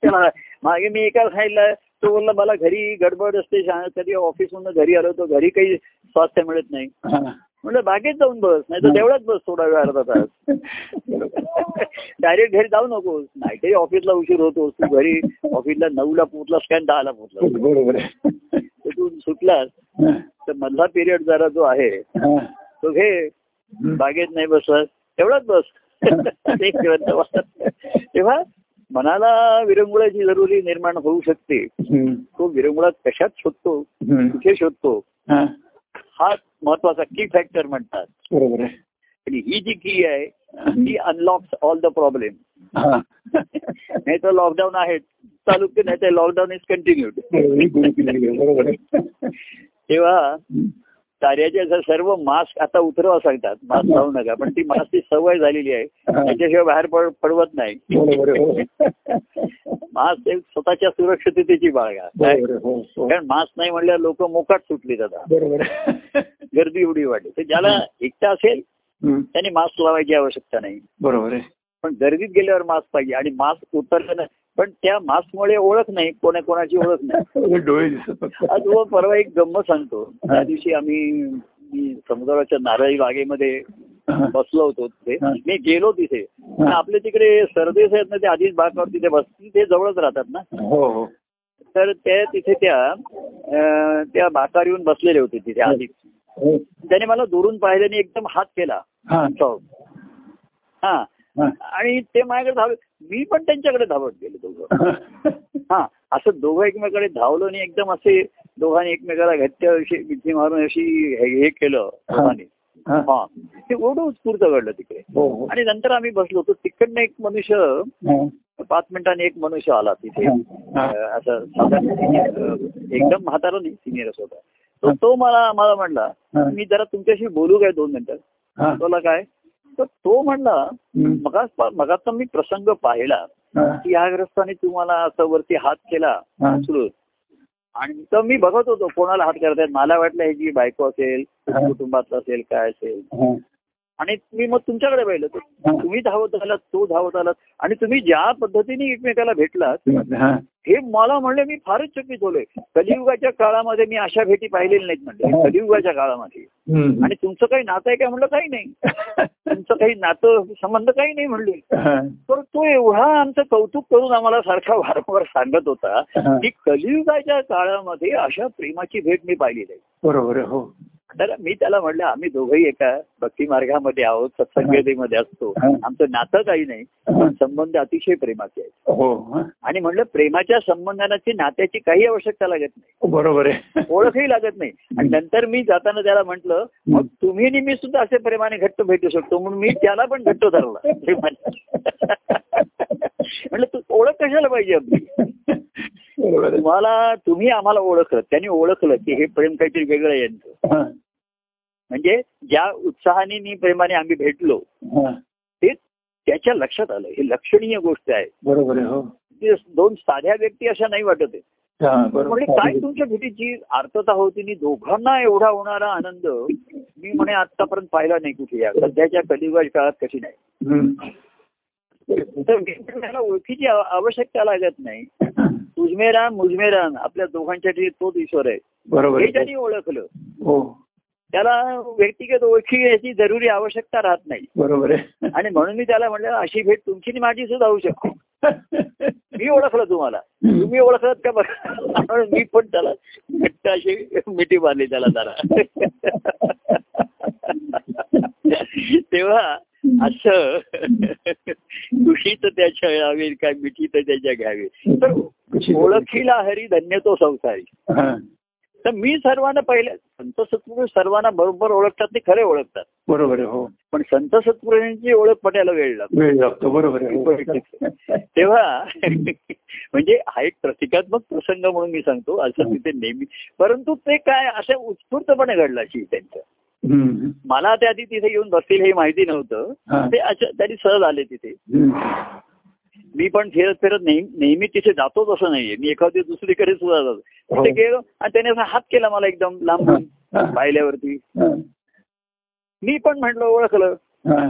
Speaker 1: त्याला मागे मी एका खायला तो बोलला मला घरी गडबड असते शा- कधी ऑफिसमधून घरी आलो तो घरी काही स्वास्थ्य मिळत नाही
Speaker 2: हा.
Speaker 1: म्हणलं बागेत जाऊन बस नाही तर देवळात बस थोडा वेळ अर्धा तास
Speaker 2: <laughs>
Speaker 1: डायरेक्ट घरी जाऊ नकोस नाही तरी ऑफिसला उशीर होतोस तू घरी ऑफिसला नऊला पोहोचलास काय दहाला पोहोचलास
Speaker 2: हो, बरोबर आहे
Speaker 1: तर तू सुटलास
Speaker 2: हा.
Speaker 1: तर मधला पिरियड जरा जो आहे
Speaker 2: हा.
Speaker 1: तो घे
Speaker 2: हम्म.
Speaker 1: बागेत नाही बसलास तेवढाच बस
Speaker 2: <laughs>
Speaker 1: ते ग्रंथ वाचत. तेव्हा मनाला विरंगुळाची जरुरी निर्माण होऊ शकते
Speaker 2: हम्म.
Speaker 1: तो विरंगुळा कशात शोधतो
Speaker 2: हम्म.
Speaker 1: कुठे शोधतो
Speaker 2: हा.
Speaker 1: हा महत्वाचा की फॅक्टर म्हणतात
Speaker 2: बरोबर आहे
Speaker 1: आणि ही जी की आहे ती अनलॉक्स ऑल द प्रॉब्लेम
Speaker 2: हा.
Speaker 1: नाही तर लॉकडाऊन आहे चालू की नाही तर लॉकडाऊन इज कंटिन्यूड
Speaker 2: बरोबर आहे. गुरु किल्ली <laughs> आहे. बरोबर आहे
Speaker 1: तेव्हा
Speaker 2: हम्म.
Speaker 1: कार्याचे असं सर्व मास्क आता उतरवा सांगतात मास्क लावू नका पण ती मास्कची सवय झालेली आहे
Speaker 2: हा.
Speaker 1: त्याच्याशिवाय बाहेर पड- पडवत नाही
Speaker 2: बरोबर आहे. हो.
Speaker 1: मास्क एक स्वतःच्या सुरक्षिततेची बाळगा काय?
Speaker 2: बरोबर आहे. हो. हो.
Speaker 1: कारण मास्क नाही म्हणल्यावर लोक मोकाट सुटली जातात
Speaker 2: बरोबर आहे.
Speaker 1: गर्दी एवढी वाढली तर ज्याला एकटा असेल
Speaker 2: हम्म.
Speaker 1: त्याने मास्क लावायची आवश्यकता नाही
Speaker 2: बरोबर आहे
Speaker 1: पण गर्दीत गेल्यावर मास्क पाहिजे आणि मास्क उतरलं नाही पण त्या मास्कमुळे ओळख नाही कोणा कोणाची ओळख नाही
Speaker 2: उघडे डोळे दिसत फक्त.
Speaker 1: आज व परवा एक गंमत सांगतो त्या दिवशी आम्ही मी समुद्राच्या नारळी बागेमध्ये
Speaker 2: हा.
Speaker 1: बसलो होतो तिथे
Speaker 2: हा.
Speaker 1: मी गेलो तिथे पण आपले तिकडे सरदेस आहेत ना ते आधीच बागावर तिथे बसतील ते जवळच राहतात ना
Speaker 2: हो हो
Speaker 1: तर ते तिथे त्या अं, त्या बाकावर येऊन बसलेले होते तिथे आधी
Speaker 2: हो.
Speaker 1: त्याने मला दुरून पाहिल्याने एकदम हात केला
Speaker 2: हा.
Speaker 1: चौक हा
Speaker 2: हा.
Speaker 1: आणि ते माझ्याकडे धाव मी पण त्यांच्याकडे धावत गेलो दोघं
Speaker 2: हा.
Speaker 1: हा असं दोघं एकमेकाकडे धावलो आणि एकदम असे दोघांनी एकमेकाला घट्ट अशी मिठी मारून अशी हे हे केलं दोघांनी हा ते एवढं उत्स्फूर्त घडलं तिकडे
Speaker 2: हो हो
Speaker 1: आणि नंतर आम्ही बसलो होतो तिकडनं एक मनुष्य
Speaker 2: हा.
Speaker 1: पाच मिनिटांनी एक मनुष्य आला तिथे
Speaker 2: हा.
Speaker 1: अं, असं साधारण senior, एकदम म्हातारा नाही सिनियर असं होता तो तो मला आम्हाला म्हणला
Speaker 2: हा.
Speaker 1: मी जरा तुमच्याशी बोलू काय दोन मिनिटं
Speaker 2: हा.
Speaker 1: बोला काय तर तो म्हणला
Speaker 2: हम्म.
Speaker 1: मगाच मगाचा मी प्रसंग पाहिला
Speaker 2: हा.
Speaker 1: की या ग्रस्ताने तुम्हाला असं वरती हात केला
Speaker 2: हा.
Speaker 1: उचलून आणि तर मी बघत होतो कोणाला हात करतायत मला वाटलं ह्याची बायको असेल
Speaker 2: हा.
Speaker 1: कुटुंबातलं असेल काय असेल
Speaker 2: हा.
Speaker 1: आणि मी मग तुमच्याकडे पाहिलं तर
Speaker 2: हा.
Speaker 1: तुम्ही धावत आलात तो धावत आलात आणि तुम्ही ज्या पद्धतीने एकमेकाला भेटलात
Speaker 2: हा.
Speaker 1: हे मला म्हणले मी फारच चकित होलोय कलियुगाच्या काळामध्ये मी अशा भेटी पाहिलेल्या नाहीत
Speaker 2: हा.
Speaker 1: म्हणले कलियुगाच्या काळामध्ये
Speaker 2: हम्म.
Speaker 1: आणि तुमचं काही नातं आहे काय म्हणलं काही
Speaker 2: <laughs>
Speaker 1: नाही तुमचं काही नातं संबंध काही नाही म्हणले
Speaker 2: हा.
Speaker 1: तर तो एवढा आमचं कौतुक करून आम्हाला सारखा <laughs> वारंवार सांगत होता
Speaker 2: हा.
Speaker 1: की कलियुगाच्या काळामध्ये अशा प्रेमाची भेट मी पाहिलेली आहे
Speaker 2: बरोबर आहे, हो
Speaker 1: तर मी त्याला म्हटलं आम्ही दोघंही एका भक्ती मार्गामध्ये आहोत सत्संगतेमध्ये असतो
Speaker 2: हा.
Speaker 1: आमचं नातं काही नाही
Speaker 2: हा.
Speaker 1: पण संबंध अतिशय प्रेमाचे आहेत
Speaker 2: हो हा.
Speaker 1: आणि म्हणलं प्रेमाच्या संबंधानाची नात्याची काही आवश्यकता लागत
Speaker 2: <laughs>
Speaker 1: नाही
Speaker 2: बरोबर आहे
Speaker 1: ओळखही लागत नाही आणि नंतर मी जाताना त्याला म्हटलं मग तुम्ही आणि मी सुद्धा असे प्रेमाने घट्ट भेटू शकतो म्हणून मी त्याला पण घट्ट
Speaker 2: <laughs>
Speaker 1: धरला म्हटलं तू ओळख कशाला पाहिजे आपली
Speaker 2: बरोबर आहे.
Speaker 1: तुम्हाला तुम्ही आम्हाला ओळखलं त्यांनी ओळखलं की हे प्रेम काहीतरी वेगळं आहे यांचं
Speaker 2: हा.
Speaker 1: म्हणजे ज्या उत्साहाने आणि प्रेमाने आम्ही भेटलो
Speaker 2: हा.
Speaker 1: ते त्याच्या लक्षात आलं हे लक्षणीय गोष्ट आहे
Speaker 2: बरोबर आहे, हो
Speaker 1: ते दोन साध्या व्यक्ती अशा नाही वाटत आहे
Speaker 2: हा,
Speaker 1: म्हणजे
Speaker 2: बरोबर
Speaker 1: काय तुमच्या भेटीची आर्थता होती आणि दोघांना एवढा होणारा आनंद मी म्हणे आतापर्यंत पाहिला नाही कुठे या सध्याच्या कलियुगाच्या काळात कशी नाही
Speaker 2: हम्म.
Speaker 1: तर एकमेकांना ओळखीची आव- आवश्यकता लागत नाही तुझमेरान मुजमेरान आपल्या दोघांच्या ठिकाणी तोच ईश्वर आहे
Speaker 2: बरोबर
Speaker 1: हे
Speaker 2: आहे.
Speaker 1: त्यांनी ओळखलं
Speaker 2: हो
Speaker 1: त्याला व्यक्तिगत ओळखी याची जरुरी आवश्यकता राहत नाही
Speaker 2: बरोबर आहे
Speaker 1: आणि म्हणून मी त्याला म्हटलं अशी भेट तुमची आणि माझी सुद्धा होऊ शकते मी ओळखलं तुम्हाला तुम्ही ओळखलात का बघा म्हणून मी पण त्याला घट्ट अशी मिठी मारली त्याला जरा तेव्हा असं खुशी तर त्याच्या यावी काय मिठी तर त्याच्या घ्यावी तर ओळखीला हरी धन्य तो संसारी
Speaker 2: हा,
Speaker 1: तर मी सर्वांना पहिले संत सत्पुरुष सर्वांना बरोबर ओळखतात ते खरे ओळखतात
Speaker 2: बरोबर आहे, हो
Speaker 1: पण संत सत्पुरुषांची ओळख पटायला वेळ लागतो
Speaker 2: वेळ लागतो बरोबर आहे हो.
Speaker 1: तेव्हा <laughs> म्हणजे हा एक प्रतिकात्मक प्रसंग म्हणून मी सांगतो असं तिथे नेहमी परंतु ते काय असं उत्स्फूर्तपणे घडलं अशी त्यांचं
Speaker 2: हम्म.
Speaker 1: मला ते आधी तिथे येऊन बसतील हे माहिती नव्हतं
Speaker 2: हा.
Speaker 1: ते अशा- त्यांनी सहज आले तिथे
Speaker 2: हम्म.
Speaker 1: मी पण फिरत फिरत नेहमी नेहमी तिथे जातोच असं नाहीये मी एखादी दुसरीकडे सुद्धा जातो
Speaker 2: हो.
Speaker 1: तिथे गेलो आणि त्याने असा हात केला मला एकदम लांब
Speaker 2: हा, हा,
Speaker 1: पाहिल्यावरती
Speaker 2: हा,
Speaker 1: मी पण म्हटलं ओळखलं
Speaker 2: हा.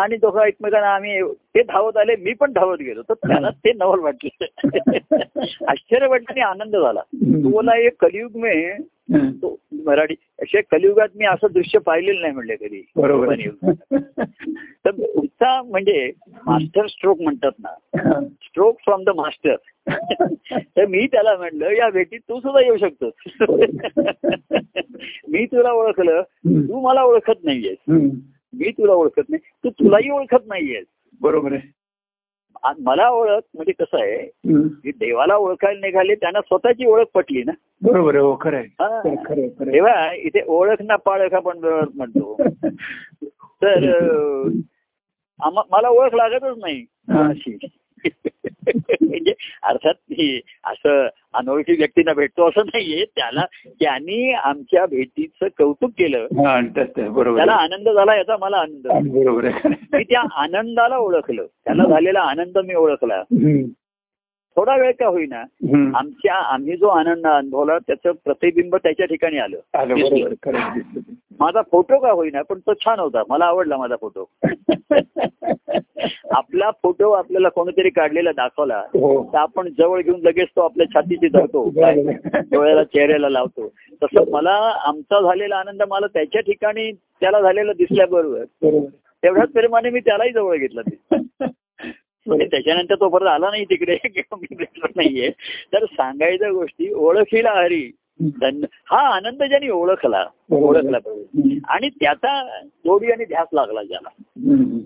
Speaker 1: आणि दोघं एकमेकांना आम्ही ते धावत आले मी पण धावत गेलो तर त्याला ते नवल
Speaker 2: <laughs>
Speaker 1: वाटलं आश्चर्य वाटलं आणि आनंद झाला
Speaker 2: हम्म.
Speaker 1: बोला एक कलियुग मे
Speaker 2: हम्म.
Speaker 1: तो मराठी अशा कलियुगात मी असं दृश्य पाहिलेलं नाही म्हणले कधी
Speaker 2: बरोबर आहे.
Speaker 1: कलियुग. तर उत्साह म्हणजे मास्टर स्ट्रोक म्हणतात ना
Speaker 2: हा.
Speaker 1: स्ट्रोक फ्रॉम द मास्टर तर मी त्याला म्हणलं या भेटीत तू सुद्धा येऊ शकतो मी तुला ओळखलं
Speaker 2: हम्म.
Speaker 1: तू मला ओळखत नाहीयेस
Speaker 2: हम्म.
Speaker 1: मी तुला ओळखत नाही तू तुलाही ओळखत नाहीयेस
Speaker 2: बरोबर आहे
Speaker 1: आ- मला ओळख म्हणजे कसं आहे
Speaker 2: हम्म.
Speaker 1: जे देवाला ओळखायला निघाले त्यांना स्वतःची ओळख पटली ना
Speaker 2: बरोबर आहे हो खरं आहे
Speaker 1: हा.
Speaker 2: खरं- खरं आहे, खरं आहे.
Speaker 1: तेव्हा इथे ओळख ना पाळख आपण बरोबर म्हणतो तर अं, आम्हा- मला ओळख लागतच नाही
Speaker 2: हा.
Speaker 1: कोणाशी. म्हणजे अर्थात हे असं अनोळखी व्यक्तींना भेटतो असं नाहीये त्याला त्यांनी आमच्या भेटीचं कौतुक केलं
Speaker 2: हा, आणि त्यात आहे, बरोबर
Speaker 1: त्याला
Speaker 2: आहे.
Speaker 1: आनंद झाला याचा मला आनंद
Speaker 2: आणि बरोबर आहे
Speaker 1: मी त्या आनंदाला ओळखलं त्याला झालेला आनंद मी ओळखला
Speaker 2: हम्म.
Speaker 1: थोडा वेळ का होईना
Speaker 2: हम्म.
Speaker 1: आमच्या आम्ही जो आनंद अनुभवला त्याचं प्रतिबिंब त्याच्या ठिकाणी आलं
Speaker 2: आलं बरोबर आहे, खरं आहे, दिसलं ते.
Speaker 1: माझा फोटो का होईना पण तो छान होता मला आवडला माझा फोटो
Speaker 2: <laughs>
Speaker 1: आपला फोटो आपल्याला कोणीतरी काढलेला दाखवला
Speaker 2: हो
Speaker 1: तर आपण जवळ घेऊन लगेच तो आपल्या छातीशी धरतो
Speaker 2: <laughs> बरोबर आहे.
Speaker 1: डोळ्याला चेहऱ्याला लावतो तसं मला आमचा झालेला आनंद मला त्याच्या ठिकाणी त्याला झालेला दिसल्याबरोबर
Speaker 2: बरोबर आहे.
Speaker 1: तेवढ्याच प्रेमाने मी त्यालाही जवळ घेतला ते आणि त्याच्यानंतर तो परत आला नाही तिकडे मी भेटलो नाहीये तर सांगायच्या गोष्टी ओळखीला हरी
Speaker 2: हम्म.
Speaker 1: धन्य- हा आनंद ज्यांनी ओळखला
Speaker 2: बरोबर.
Speaker 1: ओळखला प्रभू.
Speaker 2: हम्म.
Speaker 1: आणि त्याचा जोडी आणि ध्यास लागला ज्याला
Speaker 2: हम्म.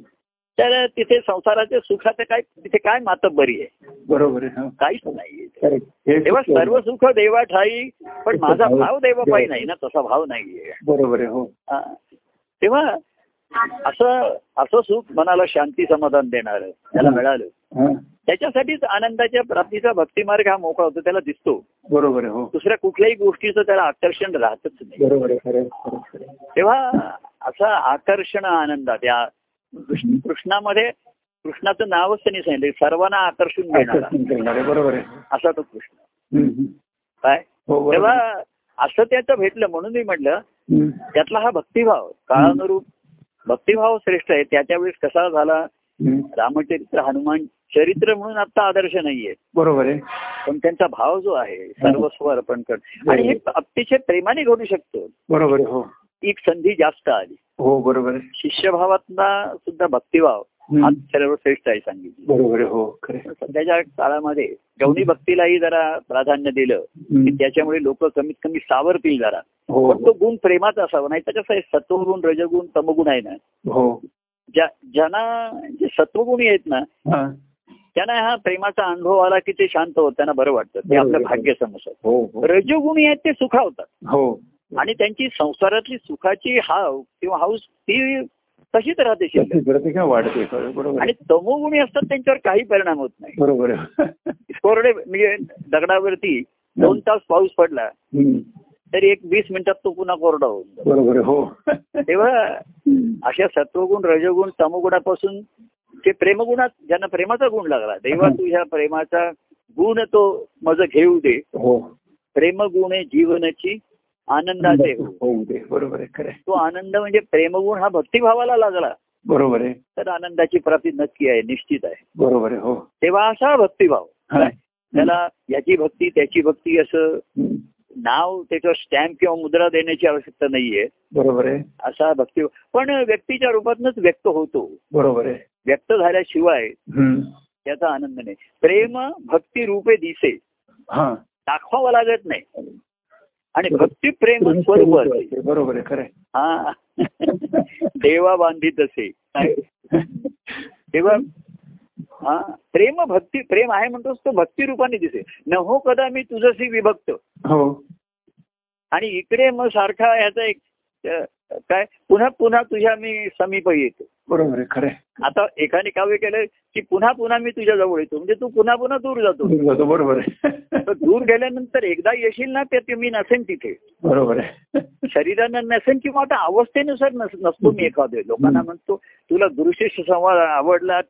Speaker 1: तर तिथे संसाराच्या सुखाचं काय तिथे काय मातब्बरी आहे
Speaker 2: बरोबर आहे हा.
Speaker 1: काहीच नाही
Speaker 2: खरं आहे. हे
Speaker 1: तेव्हा
Speaker 2: खूप
Speaker 1: सर्व सुख देवा ठाई पण माझा भाव देवापायी नाही ना तसा भाव नाहीये
Speaker 2: बरोबर आहे हो
Speaker 1: हा. तेव्हा असं असं सुख मनाला शांती समाधान देणार त्याला मिळालं
Speaker 2: हा.
Speaker 1: त्याच्यासाठीच आनंदाच्या प्राप्तीचा भक्तिमार्ग हा मोकळा होतो त्याला दिसतो
Speaker 2: बरोबर आहे हो
Speaker 1: दुसऱ्या कुठल्याही गोष्टीचं त्याला आकर्षण राहतच नाही
Speaker 2: बरोबर आहे खरं आहे, खरं आहे, खरं आहे.
Speaker 1: तेव्हा असं आकर्षण आनंदात या कृष्ण- कृष्णामध्ये कृष्णाचं नावच त्यांनी सांगितलं सर्वांना आकर्षून घेणारा
Speaker 2: आकर्षण करणारे बरोबर आहे
Speaker 1: असा तो कृष्ण
Speaker 2: हम्म, हम्म.
Speaker 1: काय
Speaker 2: हो बरोबर
Speaker 1: तेव्हा
Speaker 2: आहे.
Speaker 1: असं त्याचं भेटलं म्हणून मी म्हटलं
Speaker 2: हम्म.
Speaker 1: त्यातला हा भक्तिभाव काळानुरूप भक्तिभाव श्रेष्ठ आहे त्याच्या वेळेस कसा झाला
Speaker 2: हम्म.
Speaker 1: रामचरित्र हनुमान चरित्र म्हणून आता आदर्श नाहीये
Speaker 2: बरोबर आहे
Speaker 1: पण त्यांचा भाव जो आहे सर्वस्व अर्पण कर आणि हे अतिशय प्रेमाने घडू शकतो
Speaker 2: बरोबर आहे हो
Speaker 1: एक संधी जास्त आली
Speaker 2: हो बरोबर आहे
Speaker 1: शिष्यभावातना सुद्धा भक्तिभाव हा
Speaker 2: हम्म.
Speaker 1: सर्वश्रेष्ठ आहे सांगितलं
Speaker 2: बरोबर आहे हो खरे
Speaker 1: सध्याच्या काळामध्ये गवणी भक्तीलाही जरा प्राधान्य दिलं की त्याच्यामुळे लोक कमीत कमी सावरतील जरा
Speaker 2: हो
Speaker 1: पण तो गुण प्रेमाचा असावा नाही तर कसं आहे सत्वगुण रजगुण तमगुण आहे ना
Speaker 2: हो
Speaker 1: ज्या ज्यांना जे सत्वगुणी आहेत ना
Speaker 2: हा.
Speaker 1: त्यांना हा प्रेमाचा अनुभव आला की ते शांत होत त्यांना बरं वाटतं ते
Speaker 2: बरोबर.
Speaker 1: आपलं भाग्य समजतात
Speaker 2: हो हो.
Speaker 1: रजोगुणी आहेत ते सुखावतात
Speaker 2: हो
Speaker 1: आणि त्यांची संसारातली सुखाची हाव किंवा हाऊस ती तशीच राहते
Speaker 2: <laughs>
Speaker 1: शिल्लक
Speaker 2: तशी प्रतिक्रिया वाढते बरोबर
Speaker 1: आणि
Speaker 2: आहे.
Speaker 1: तमोगुणी असतात त्यांच्यावर काही परिणाम होत नाही
Speaker 2: बरोबर आहे.
Speaker 1: कोरडे म्हणजे दगडावरती दोन तास पाऊस पडला
Speaker 2: हम्म.
Speaker 1: तरी एक वीस मिनिटात तो पुन्हा कोरडा होऊन जातो.
Speaker 2: बरोबर आहे. हो
Speaker 1: तेव्हा अशा सत्वगुण रजगुण तमगुणापासून ते प्रेमगुणात ज्यांना प्रेमाचा गुण लागला तेव्हा तुझ्या प्रेमाचा गुण तो मज घेऊ दे
Speaker 2: हो
Speaker 1: प्रेमगुण आहे जीवनाची
Speaker 2: Hmm.
Speaker 1: आनंदाचे हो.
Speaker 2: होऊ दे बरोबर आहे खरे
Speaker 1: तो आनंद म्हणजे प्रेमगुण हा भक्तिभावाला लागला
Speaker 2: बरोबर आहे
Speaker 1: तर आनंदाची प्राप्ती नक्की आहे निश्चित आहे
Speaker 2: बरोबर आहे हो
Speaker 1: तेव्हा असा भक्तिभाव
Speaker 2: हा.
Speaker 1: त्याला याची भक्ती त्याची भक्ती असं
Speaker 2: हम्म.
Speaker 1: नाव त्याच्यावर स्टॅम्प किंवा मुद्रा देण्याची आवश्यकता नाहीये
Speaker 2: बरोबर आहे
Speaker 1: असा भक्ती पण व्यक्तीच्या रूपातनच व्यक्त होतो
Speaker 2: बरोबर आहे
Speaker 1: व्यक्त झाल्याशिवाय
Speaker 2: हम्म.
Speaker 1: त्याचा आनंद नाही प्रेम भक्ती रूपे दिसे
Speaker 2: हा
Speaker 1: दाखवावं लागत नाही आणि भक्ती प्रेम स्वरूप असे
Speaker 2: बरोबर आहे खरे
Speaker 1: हा देवा बांधित असे तेव्हा हा प्रेम भक्ती प्रेम आहे म्हणतोस तो भक्ती रूपाने दिसे न हो कदा मी तुझशी विभक्त
Speaker 2: हो
Speaker 1: आणि इकडे मग सारखा याचा एक अ, काय पुन्हा पुन्हा तुझ्या मी समीप येतो
Speaker 2: बरोबर आहे खरे
Speaker 1: आता एकाने काव्य केलं की पुन्हा पुन्हा मी तुझ्या जवळ येतो म्हणजे तू पुन्हा पुन्हा दूर
Speaker 2: <laughs>
Speaker 1: जातो
Speaker 2: जातो बरोबर आहे
Speaker 1: तर दूर गेल्यानंतर एकदा येशील ना ते ते मी नसेन तिथे
Speaker 2: बरोबर आहे
Speaker 1: शरीरानं नसेन किंवा आता अवस्थेनुसार नस- नसतो मी एखादे लोकांना म्हणतो तुला गुरुशिष्य संवाद आवडला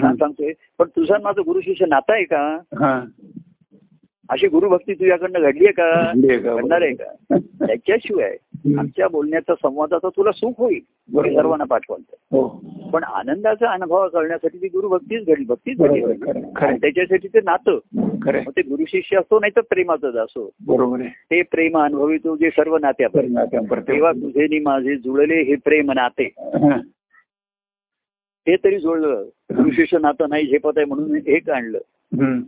Speaker 1: छान सांगतोय पण तुझा आणि माझं गुरुशिष्य नातं आहे का
Speaker 2: हा
Speaker 1: अशी गुरुभक्ती तुझ्याकडनं घडली आहे का
Speaker 2: घडली आहे का?
Speaker 1: घडणार आहे का त्याच्याशिवाय
Speaker 2: Hmm.
Speaker 1: आमच्या बोलण्याचा संवादाचा तुला सुख होईल हे
Speaker 2: बरोबर.
Speaker 1: सर्वांना पाठवाल तर.
Speaker 2: हो
Speaker 1: पण आनंदाचा अनुभव करण्यासाठी ती गुरुभक्तीच घडली भक्तीच घडली
Speaker 2: बरोबर आहे, खरं आहे, खरं
Speaker 1: आणि
Speaker 2: आहे.
Speaker 1: त्याच्यासाठी ते नातं
Speaker 2: खरे
Speaker 1: मग ते गुरु शिष्य असो नाही तर प्रेमाचाच असो
Speaker 2: बरोबर आहे
Speaker 1: ते प्रेम अनुभवितो जे सर्व नाते आपण
Speaker 2: बरोबर आहे. प्रत्येक-
Speaker 1: तेव्हा तुझे नि माझे जुळले हे प्रेम नाते
Speaker 2: हा.
Speaker 1: ते तरी जुळलं गुरु शिष्य नातं नाही झेपत आहे म्हणून हे काढलं
Speaker 2: हम्म.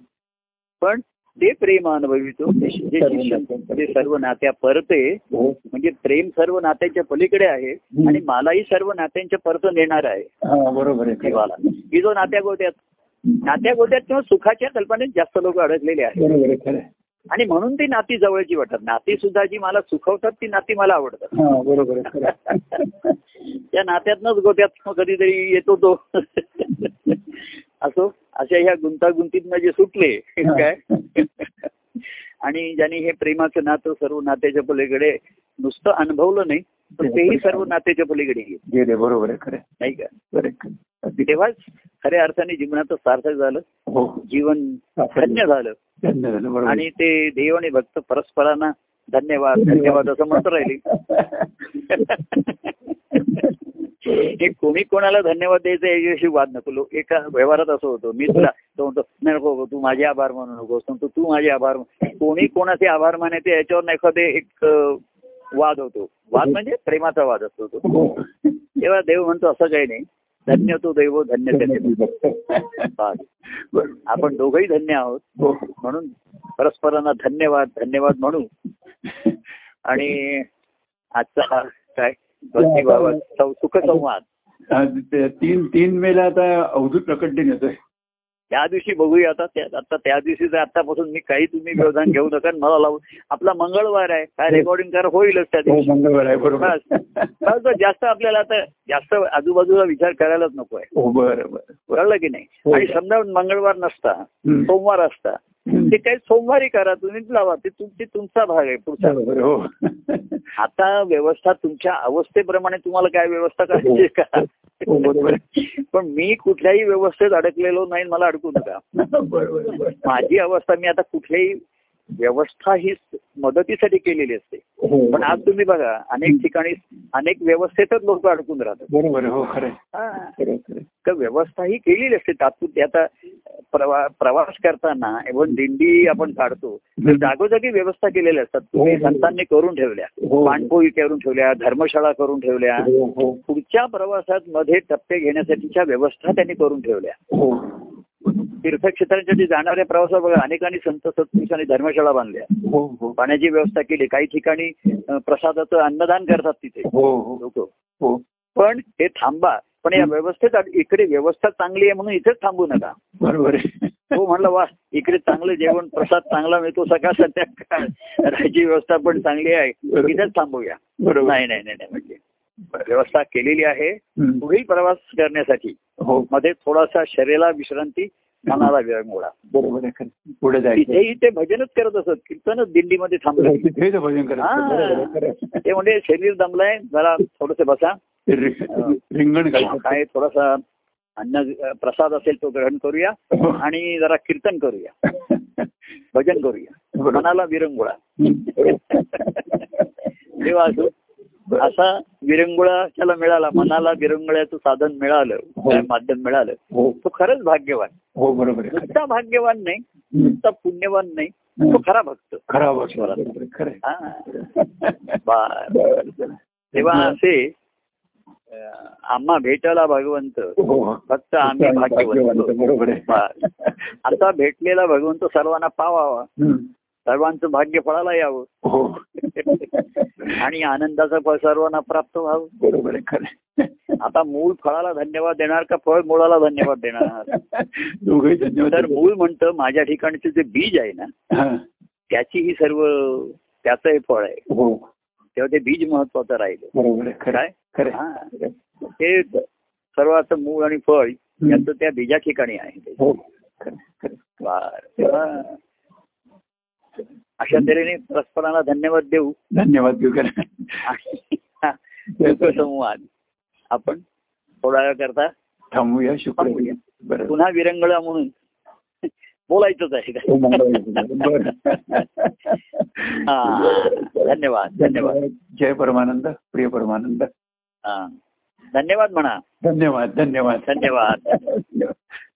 Speaker 1: पण ते प्रेम अनुभवितो ते शि- जे शिष्य ते सर्व नात्या परते
Speaker 2: हो.
Speaker 1: म्हणजे प्रेम सर्व नात्यांच्या पलीकडे आहे आणि मलाही सर्व नात्यांच्या परत नेणार आहे
Speaker 2: हा, बरोबर आहे खरं
Speaker 1: जीवाला
Speaker 2: आहे.
Speaker 1: की जो नात्या गोट्यात नात्या गोट्यात किंवा सुखाच्या कल्पनेत जास्त लोक अडकलेले आहेत
Speaker 2: बरोबर आहे खरं आहे.
Speaker 1: आणि म्हणून ती नाती जवळची वाटतात नाती सुद्धा जी मला सुखवतात ती नाती मला आवडतात
Speaker 2: हा बरोबर आहे खरं आहे.
Speaker 1: त्या नात्यातनच गोट्यात कधीतरी येतो तो <laughs> असो अशा ह्या गुंतागुंतीतनं जे सुटले काय <laughs> आणि ज्यांनी हे प्रेमाचं नातं सर्व नात्याच्या पलीकडे नुसतं अनुभवलं नाही पण तेही सर्व नात्याच्या पलीकडे गेलं
Speaker 2: गेले बरोबर आहे खरं आहे.
Speaker 1: नाही का
Speaker 2: बरं आहे, खरं आहे. अगदी-
Speaker 1: तेव्हाच खऱ्या अर्थाने जीवनाचं सार्थक झालं
Speaker 2: हो
Speaker 1: जीवन धन्य झालं
Speaker 2: धन्य झालं बरोबर आहे.
Speaker 1: आणि ते देव आणि भक्त परस्परांना धन्यवाद धन्यवाद असं म्हणत राहिले हे कोणी कोणाला धन्यवाद द्यायचा याच्याशी वाद नको लो- एका व्यवहारात असं होतं मी तुला तो म्हणतो नाही नको नको, तू माझे आभार मानू नकोस तो म्हणतो तू माझे आभार मान." कोणी कोणाचे आभार मानायचे याच्यावर एखादे एक अं, वाद होतो वाद म्हणजे प्रेमाचा वाद असतो तो
Speaker 2: हो.
Speaker 1: तेव्हा देव म्हणतो असं काही नाही धन्य तो देव धन्य त्याचे भक्त." बास.
Speaker 2: बरोबर.
Speaker 1: आपण दोघंही धन्य आहोत
Speaker 2: हो.
Speaker 1: म्हणून परस्परांना धन्यवाद धन्यवाद म्हणू आणि आजचा हा काय भक्तिभाव सुख संवाद
Speaker 2: आज ते तीन तीन मेला आता अवधूत प्रकटन येतोय
Speaker 1: त्या दिवशी बघूया आता त्या आता त्या दिवशी तर आतापासून मी काही तुम्ही व्यवधान घेऊ नका आणि मला लावून आपला मंगळवार आहे काय रेकॉर्डिंग करा होईलच त्या
Speaker 2: हो
Speaker 1: दिवशी
Speaker 2: मंगळवार आहे बरोबर
Speaker 1: बस.
Speaker 2: हो.
Speaker 1: बस, बस, जास्त आपल्याला आता जास्त आजूबाजूला विचार करायलाच नको आहे
Speaker 2: हो बरं बरं
Speaker 1: कळलं की नाही
Speaker 2: हो.
Speaker 1: आणि समजा मंगळवार नसता
Speaker 2: हम्म.
Speaker 1: सोमवार असता
Speaker 2: हम्म.
Speaker 1: ते काही सोमवारी करा तुम्ही लावा ते तुम- ते तुमचा भाग आहे पुढचा
Speaker 2: बरोबर हो
Speaker 1: आता व्यवस्था तुमच्या अवस्थेप्रमाणे तुम्हाला काय व्यवस्था करायची आहे
Speaker 2: हो
Speaker 1: का
Speaker 2: बरोबर आहे.
Speaker 1: पण मी कुठल्याही व्यवस्थेत अडकलेलो नाही मला अडकू नका
Speaker 2: बरोबर आहे, बरोबर आहे.
Speaker 1: माझी अवस्था मी आता कुठल्याही व्यवस्था ही मदतीसाठी केलेली असते
Speaker 2: हो.
Speaker 1: पण आज तुम्ही बघा अनेक ठिकाणी अनेक व्यवस्थेतच लोक अडकून राहतात
Speaker 2: बरोबर आहे, हो खरं आहे.
Speaker 1: हा.
Speaker 2: खरं आहे, खरं आहे.
Speaker 1: तर व्यवस्था ही केलेली असते तात्पुरती आता प्रवा प्रवास करताना इव्हन दिंडी आपण काढतो तर जागोजागी व्यवस्था केलेल्या असतात तुम्ही
Speaker 2: हो, हो.
Speaker 1: संतांनी करून ठेवल्या
Speaker 2: हो.
Speaker 1: पाणपोई करून ठेवल्या धर्मशाळा करून ठेवल्या
Speaker 2: हो, हो,
Speaker 1: पुढच्या प्रवासात मध्ये टप्पे घेण्यासाठीच्या व्यवस्था त्यांनी करून ठेवल्या
Speaker 2: हो.
Speaker 1: तीर्थक्षेत्रांच्या जे जाणाऱ्या प्रवासात बघा अनेकांनी संत सत्पुरुषांनी धर्मशाळा बांधल्या
Speaker 2: हो, हो.
Speaker 1: पाण्याची व्यवस्था केली काही ठिकाणी अ, प्रसादाचं अन्नदान करतात तिथे
Speaker 2: हो, हो,
Speaker 1: लोक
Speaker 2: हो.
Speaker 1: पण हे थांबा पण या व्यवस्थेत आड- इकडे व्यवस्था चांगली आहे म्हणून इथेच थांबू नका
Speaker 2: बरोबर आहे.
Speaker 1: तो म्हणला वा हो, इकडे चांगलं जेवण प्रसाद चांगला मिळतो सकाळ संध्याकाळ राहायची व्यवस्था पण चांगली आहे इथेच थांबूया
Speaker 2: बरोबर
Speaker 1: नाही
Speaker 2: आहे.
Speaker 1: नाही नाही नाही, म्हणजे व्यवस्था केलेली आहे
Speaker 2: हम्म.
Speaker 1: पुढील प्रवास करण्यासाठी
Speaker 2: हो
Speaker 1: मध्ये थोडासा शरीराला विश्रांती मनाला विरंगुळा
Speaker 2: बरोबर आहे खरं आहे. पुढे जायचं
Speaker 1: तिथेही ते भजनच करत असत कीर्तनच दिंडीमध्ये थांबलं
Speaker 2: तिथेच भोजन करायचं
Speaker 1: हा.
Speaker 2: बरोबर आहे, खरं आहे.
Speaker 1: ते म्हणजे शरीर दमलंय जरा थोडस बसा
Speaker 2: ते रि- रिंगण घालतात
Speaker 1: हो. काय थोडासा अन्न अ, प्रसाद असेल तो ग्रहण करूया
Speaker 2: हो.
Speaker 1: आणि जरा कीर्तन करूया भजन करूया
Speaker 2: बरोबर.
Speaker 1: मनाला विरंगुळा
Speaker 2: हो. हम्म.
Speaker 1: तेव्हा असो असा विरंगुळा त्याला मिळाला मनाला विरंगुळ्याचं साधन मिळालं
Speaker 2: हो.
Speaker 1: काय माध्यम मिळालं
Speaker 2: हो
Speaker 1: तो खरंच भाग्यवान
Speaker 2: हो बरोबर आहे, खरं आहे.
Speaker 1: नुसता भाग्यवान नाही
Speaker 2: हम्म.
Speaker 1: नुसता पुण्यवान नाही तो खरा भक्त
Speaker 2: खरा भक्त, बरोबर आहे, खरं आहे.
Speaker 1: हा.
Speaker 2: बरं,
Speaker 1: बर
Speaker 2: बरं.
Speaker 1: तेव्हा असे अं, आम्हा भेटायला भगवंत
Speaker 2: हो, हो.
Speaker 1: फक्त आम्ही भाग्यवंत
Speaker 2: बरोबर आहे
Speaker 1: बर आता भेटलेला भगवंत सर्वांना पावावा
Speaker 2: हम्म.
Speaker 1: सर्वांचं भाग्य फळाला यावं
Speaker 2: हो
Speaker 1: आणि आनंदाचं फळ सर्वांना प्राप्त व्हावं
Speaker 2: बरोबर आहे खरं आहे.
Speaker 1: आता मूळ फळाला धन्यवाद देणार का फळ मुळाला धन्यवाद देणार
Speaker 2: <laughs> दोघंही धन्यवाद
Speaker 1: तर मूळ म्हणतं माझ्या ठिकाणचं जे बीज आहे ना
Speaker 2: हा.
Speaker 1: त्याची ही सर्व त्याचं हे फळ आहे
Speaker 2: हो
Speaker 1: तेव्हा ते बीज महत्वाचं राहिलं
Speaker 2: बरोबर आहे खरं आहे,
Speaker 1: काय
Speaker 2: खरं आहे.
Speaker 1: हा ते सर्वांचं मूळ आणि फळ याचं त्या बीजा ठिकाणी आहे
Speaker 2: हो खरं आहे, खरं आहे.
Speaker 1: बर तेव्हा अशा तऱ्हेने परस्परांना धन्यवाद देऊ
Speaker 2: धन्यवाद देऊ खरं आहे.
Speaker 1: आणि हा लोकसंवाद आपण थोडा वेळ करता
Speaker 2: थांबूया शुक्र
Speaker 1: थांबूया.
Speaker 2: बरं
Speaker 1: पुन्हा विरंगुळा म्हणून बोलायचंच आहे
Speaker 2: बरं.
Speaker 1: हा. धन्यवाद धन्यवाद
Speaker 2: जय परमानंद प्रिय परमानंद
Speaker 1: हा. धन्यवाद म्हणा
Speaker 2: धन्यवाद धन्यवाद
Speaker 1: धन्यवाद
Speaker 2: धन्यवाद